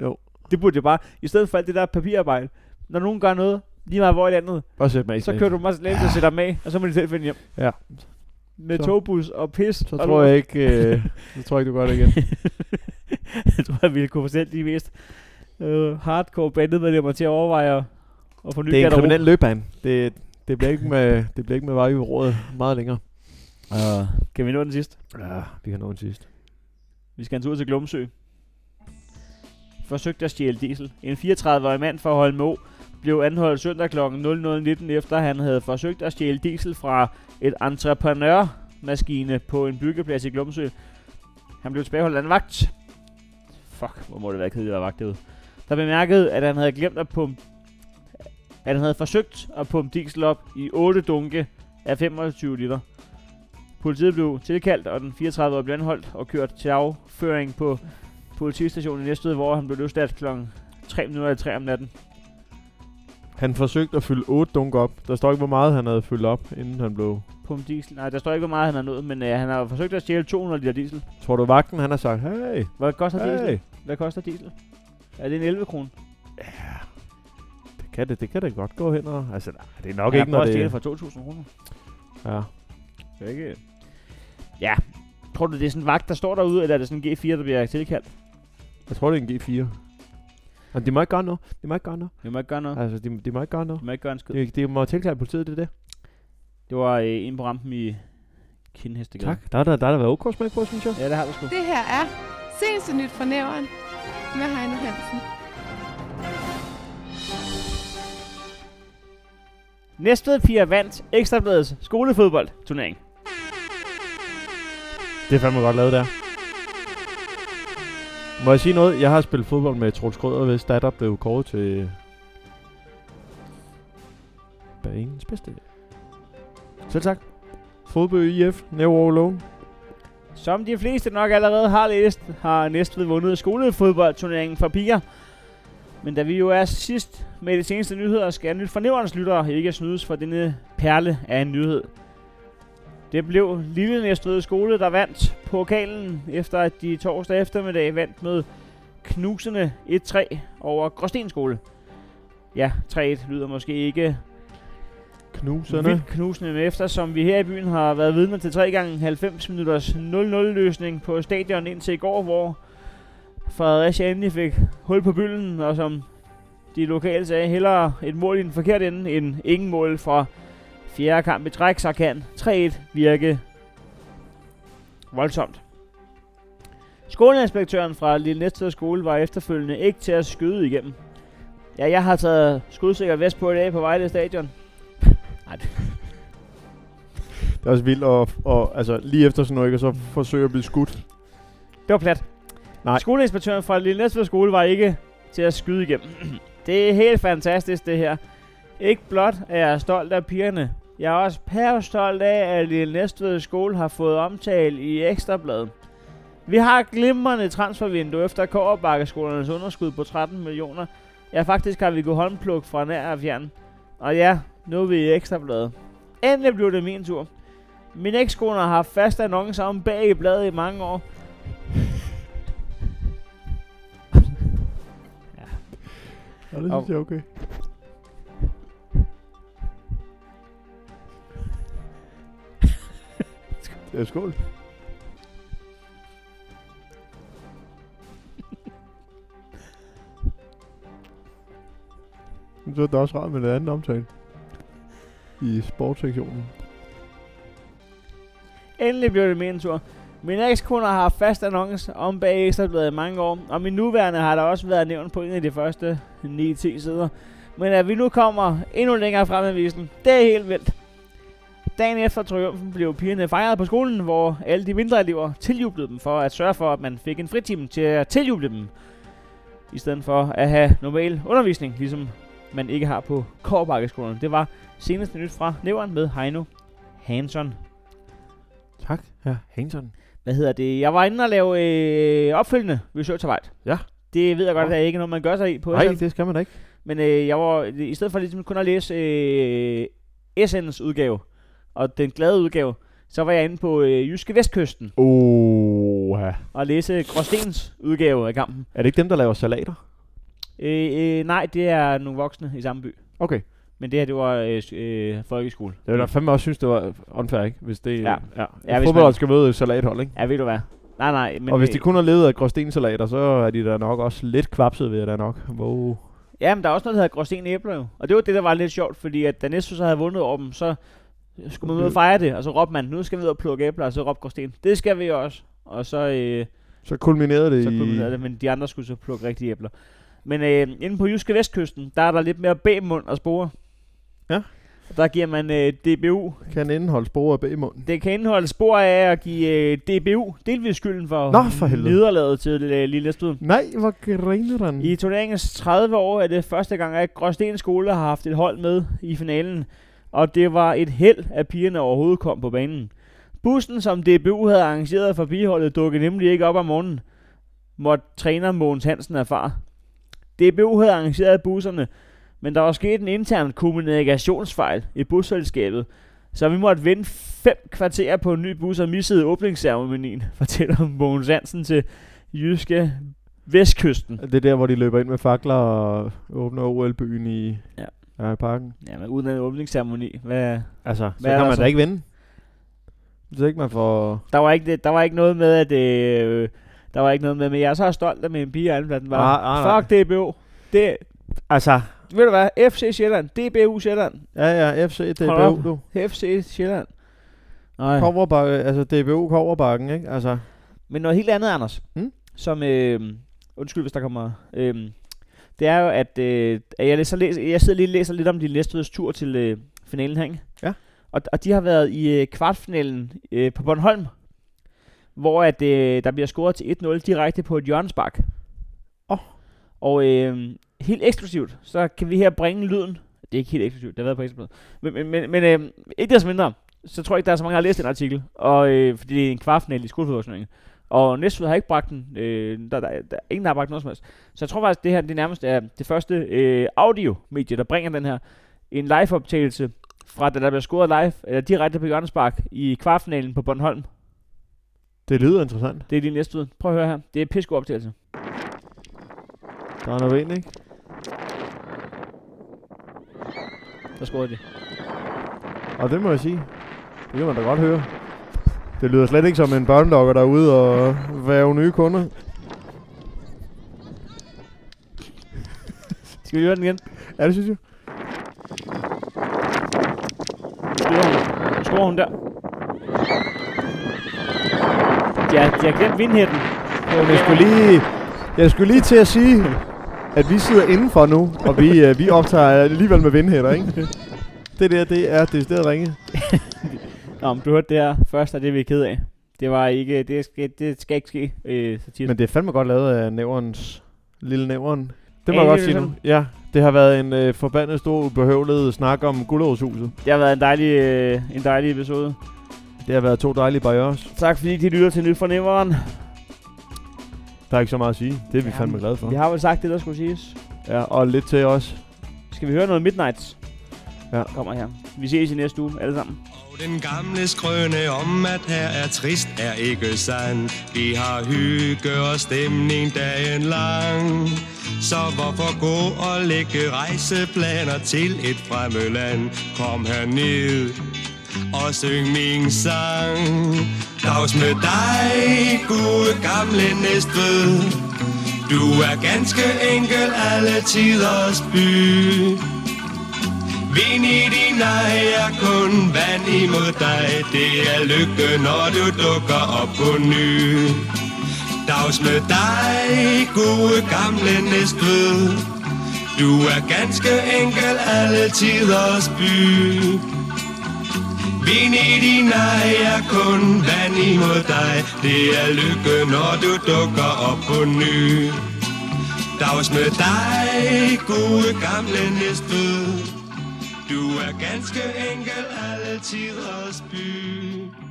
D: Jo.
B: Det burde jo bare, i stedet for alt det der papirarbejde, når nogen gør noget, lige meget hvor i landet,
D: Bare sæt mig i
B: så
D: Slagelse.
B: kører du mig til Slagelse og sætter dem af, og så må de selv finde hjem.
D: Ja.
B: Med
D: Så-
B: togbus og pis.
D: Så tror jeg ikke, øh, så tror jeg ikke, du gør det igen.
B: jeg tror, jeg ville kunne selv de mest øh, hardcore bandemedlemmer til at overveje at, at få ny
D: Det er en
B: garderobe.
D: kriminel løbbane. Det, det bliver ikke med, det bliver ikke med vej i rådet meget længere.
B: Uh. Kan vi nå den sidste?
D: Ja, vi kan nå den sidste.
B: Vi skal en tur til Glumsø. Forsøgt at stjæle diesel. En 34-årig mand fra Holmo blev anholdt søndag kl. 00.19, efter han havde forsøgt at stjæle diesel fra et entreprenørmaskine på en byggeplads i Glumsø. Han blev tilbageholdt af en vagt. Fuck, hvor må det være kedeligt at være vagt derude. Der bemærkede, at han havde glemt at pumpe at han havde forsøgt at pumpe diesel op i 8 dunke af 25 liter. Politiet blev tilkaldt, og den 34-årige blev anholdt og kørt til afføring på politistationen i Næstved, hvor han blev løsladt kl. 3.03 om natten.
D: Han forsøgte at fylde 8 dunker op. Der står ikke, hvor meget han havde fyldt op, inden han blev...
B: Pump diesel. Nej, der står ikke, hvor meget han har nået, men øh, han har jo forsøgt at stjæle 200 liter diesel.
D: Tror du, vagten han har sagt, hey,
B: Hvad koster
D: Hey.
B: diesel? Hvad koster diesel? Er det en 11 kroner?
D: det Kan det, det kan det godt gå hen og... Altså, nej, det er nok
B: Ja,
D: ikke, når
B: prøv at
D: det...
B: stjæle for 2.000 kroner.
D: Ja.
B: Det er ikke... Ja. Tror du, det er sådan en vagt, der står derude, eller er det sådan en G4, der bliver tilkaldt?
D: Jeg tror, det er en G4. Og de må ikke gøre noget. De må ikke gøre noget.
B: De må ikke gøre noget.
D: Altså, de, de må ikke gøre noget.
B: De må ikke gøre en skid.
D: De, de må tilkalde politiet, det er det.
B: Det var øh, en på rampen i Kindhestegade.
D: Tak. Der har der, der, der været OK smag på, synes jeg.
B: Ja, det har du sgu.
K: Det her er seneste nyt fra næveren med Heino Hansen.
B: Næstved Pia vandt Ekstrabladets skolefodboldturnering.
D: Det er fandme godt lavet der. Må jeg sige noget? Jeg har spillet fodbold med Troels Krøder, hvis datter blev kåret til... Banens bedste. Selv tak. Fodbold IF, never alone.
B: Som de fleste nok allerede har læst, har Næstved vundet skolefodboldturneringen for piger. Men da vi jo er sidst med de seneste nyheder, skal nyt fornæverens lyttere ikke snydes for denne perle af en nyhed. Det blev Lille Næstved Skole, der vandt pokalen, efter at de torsdag eftermiddag vandt med knusende 1-3 over Gråsten Skole. Ja, 3-1 lyder måske ikke
D: Knuserne.
B: Vildt knusende med efter, som vi her i byen har været vidne til 3 gange 90 minutters 0-0-løsning på stadion indtil i går, hvor Fredericia endelig fik hul på bylden, og som de lokale sagde, hellere et mål i den forkerte ende end ingen mål fra fjerde kamp i træk, så kan 3-1 virke voldsomt. Skoleinspektøren fra Lille Næstved Skole var efterfølgende ikke til at skyde igennem. Ja, jeg har taget skudsikker vest på i dag på Vejle Stadion. Nej, det-
D: Det er også vildt, og, og altså, lige efter sådan noget, ikke, og så forsøge at blive skudt.
B: Det var plat.
D: Nej.
B: Skoleinspektøren fra Lille Næstved Skole var ikke til at skyde igennem. det er helt fantastisk, det her. Ikke blot er jeg stolt af pigerne. Jeg er også pærestolt af, at Lille Næstved Skole har fået omtale i Ekstrabladet. Vi har et glimrende transfervindue efter Kårebakkeskolernes underskud på 13 millioner. Ja, faktisk har vi gået håndpluk fra nær og fjern. Og ja, nu er vi i Ekstrabladet. Endelig blev det min tur. Min ekskone har haft fast annoncer om bag i bladet i mange år,
D: Ja, det
B: Au.
D: synes jeg er okay. Ja, skål. Men så er det også rart med en anden omtale. I sportssektionen.
B: Endelig blev det min tur. Min ekskone har haft fast annonce om bag Ekstrabladet i mange år, og min nuværende har der også været nævnt på en af de første 9-10 sider. Men at vi nu kommer endnu længere frem i avisen, det er helt vildt. Dagen efter triumfen blev pigerne fejret på skolen, hvor alle de mindre elever tiljublede dem for at sørge for, at man fik en fritime til at tiljuble dem. I stedet for at have normal undervisning, ligesom man ikke har på Kårbakkeskolen. Det var seneste nyt fra Nævren med Heino Hanson.
D: Tak, ja. Hanson.
B: Hvad hedder det? Jeg var inde og lave øh, opfølgende researcharbejde.
D: Ja.
B: Det ved jeg godt, at det er ikke noget, man gør sig i på
D: Nej,
B: SN.
D: det skal man da ikke.
B: Men øh, jeg var, i stedet for ligesom kun at læse øh, SN's udgave, og den glade udgave, så var jeg inde på øh, Jyske Vestkysten
D: Oha.
B: og læse Gråstens udgave af kampen.
D: Er det ikke dem, der laver salater?
B: Øh, øh, nej, det er nogle voksne i samme by.
D: Okay.
B: Men det her, det var øh, s- øh, folkeskole.
D: Jeg ville da fandme også synes, det var unfair, ikke? Hvis det...
B: Ja.
D: ja.
B: Ja,
D: ja
B: hvis
D: Fodbold
B: man-
D: skal møde et salathold, ikke?
B: Ja, ved du hvad? Nej, nej. Men
D: og hvis de
B: øh,
D: kun har levet af gråstensalater, så er de da nok også lidt kvapset ved, da nok. Wow.
B: Ja, men der er også noget, der hedder Gråsten Æbler jo. Og det var det, der var lidt sjovt, fordi at da Næstved så havde vundet over dem, så skulle man ud og fejre det, og så råbte man, nu skal vi ud og plukke æbler, og så råbte Gråsten, det skal vi også. Og så, øh,
D: Så kulminerede det
B: så
D: i...
B: kunne man, det, men de andre skulle så plukke rigtige æbler. Men øh, inde på Jyske Vestkysten, der er der lidt mere B-mund og spore.
D: Ja.
B: Og der giver man øh, DBU.
D: Kan indeholde spore af B-munden.
B: Det kan indeholde spor af at give øh, DBU delvis skylden for,
D: Nå, for helvede.
B: nederlaget til øh, Lille Næstved.
D: Nej, hvor griner
A: Mm.
D: den.
B: I turneringens 30 år er det første gang, at Gråsten Skole har haft et hold med i finalen, og det var et held, at pigerne overhovedet kom på banen. Bussen, som DBU havde arrangeret for pigeholdet, dukkede nemlig ikke op om morgenen, måtte træner Mogens Hansen erfare. DBU havde arrangeret busserne, men der var sket en intern kommunikationsfejl i busselskabet, så vi måtte vente fem kvarter på en ny bus og missede åbningsceremonien, fortæller Mogens Hansen til Jyske Vestkysten.
D: Det er der, hvor de løber ind med fakler og åbner OL-byen i, ja. i parken.
B: Ja, men uden en åbningsceremoni. Hvad,
D: Altså, så
B: hvad er
D: kan
B: der
D: man da ikke vinde. Hvis ikke man får...
B: Der var ikke, det, der var ikke noget med, at... Øh, der var ikke noget med, men jeg er så stolt af min pige andenpladsen. Bare,
D: Ah, ah, nej.
B: fuck DBO. Det,
D: Altså,
B: ved du hvad? FC Sjælland. DBU Sjælland.
D: ja, ja, FC, DBU,
B: Hold op.
D: du.
B: FC Sjælland. Nej.
D: Koverbakke, altså DBU Koverbakken, ikke? Altså,
B: Men noget helt andet, Anders,
D: mm?
B: som, øh, undskyld hvis der kommer, øh, det er jo, at, øh, at jeg, læser, læser, jeg sidder lige og læser lidt om de Næstveds tur til øh, finalen her, ikke?
D: Ja.
B: Og, og de har været i øh, kvartfinalen øh, på Bornholm, hvor at, øh, der bliver scoret til 1-0 direkte på et hjørnespark.
D: Oh.
B: Og øh, helt eksklusivt, så kan vi her bringe lyden. Det er ikke helt eksklusivt, det har været på eksklusivt. Men, men, men, men øh, ikke desto mindre, så tror jeg ikke, der er så mange, der har læst den artikel. Og, øh, fordi det er en kvartfinal i skolefodboldturneringen. Og Næstved har ikke bragt den. Øh, der, der, der, er ingen, der har bragt noget som helst. Så jeg tror faktisk, det her det nærmest er det første øh, audio-medie, der bringer den her. En live-optagelse fra, da der bliver scoret live, eller direkte på hjørnespark i kvartfinalen på Bornholm.
D: det lyder interessant.
B: Det er din næste ud. Prøv at høre her. Det er en pissegod optagelse.
D: Der er noget ved den, ikke?
B: Der scorede de.
D: Og det må jeg sige. Det kan man da godt høre. Det lyder slet ikke som en børnedokker, der er ude og være nye kunder.
B: Skal vi høre den igen?
D: Ja, det synes jeg.
B: Scorer hun. Scorer hun der. De har, de har glemt vindhætten.
D: Jamen, jeg skulle lige, jeg skulle lige til at sige, at vi sidder indenfor nu, og vi, øh, vi optager alligevel med vindhætter, ikke? Det der, det er decideret ringe.
B: Nå, men du hørte det her først, og det er vi ked af. Det var ikke, det skal, det skal ikke ske. Øh, satire.
D: Men det er fandme godt lavet af næverens, lille næveren. Det
B: Ja,
D: må jeg godt
B: det er
D: sige nu.
B: sådan.
D: Ja, det har været en øh, forbandet stor behøvlet snak om guldårshuset.
B: det har været en dejlig, øh, en dejlig episode.
D: Det har været to dejlige barrieres.
B: Tak fordi de lytter til Nyt fra Næveren.
D: Der er ikke så meget at sige. Det er vi fandme glade for.
B: Vi har vel sagt det, der skulle siges.
D: Ja, og lidt til os.
B: Skal vi høre noget Midnights?
D: Ja.
B: Kommer her. Vi ses i næste uge, alle sammen.
C: Den gamle skrøne om, at her er trist, er ikke sand. Vi har hygge og stemning dagen lang. Så hvorfor gå og lægge rejseplaner til et fremmed land? Kom herned og syng min sang. Dags med dig, gode gamle næstved. Du er ganske enkel alle tiders by. Vind i din ej er kun vand imod dig Det er lykke, når du dukker op på ny Dags med dig, gode gamle næstved Du er ganske enkel alle tiders by Vind i din ej er kun vand imod dig Det er lykke, når du dukker op på ny Dags med dig, gode gamle næstved du er ganske enkel alle tiders by.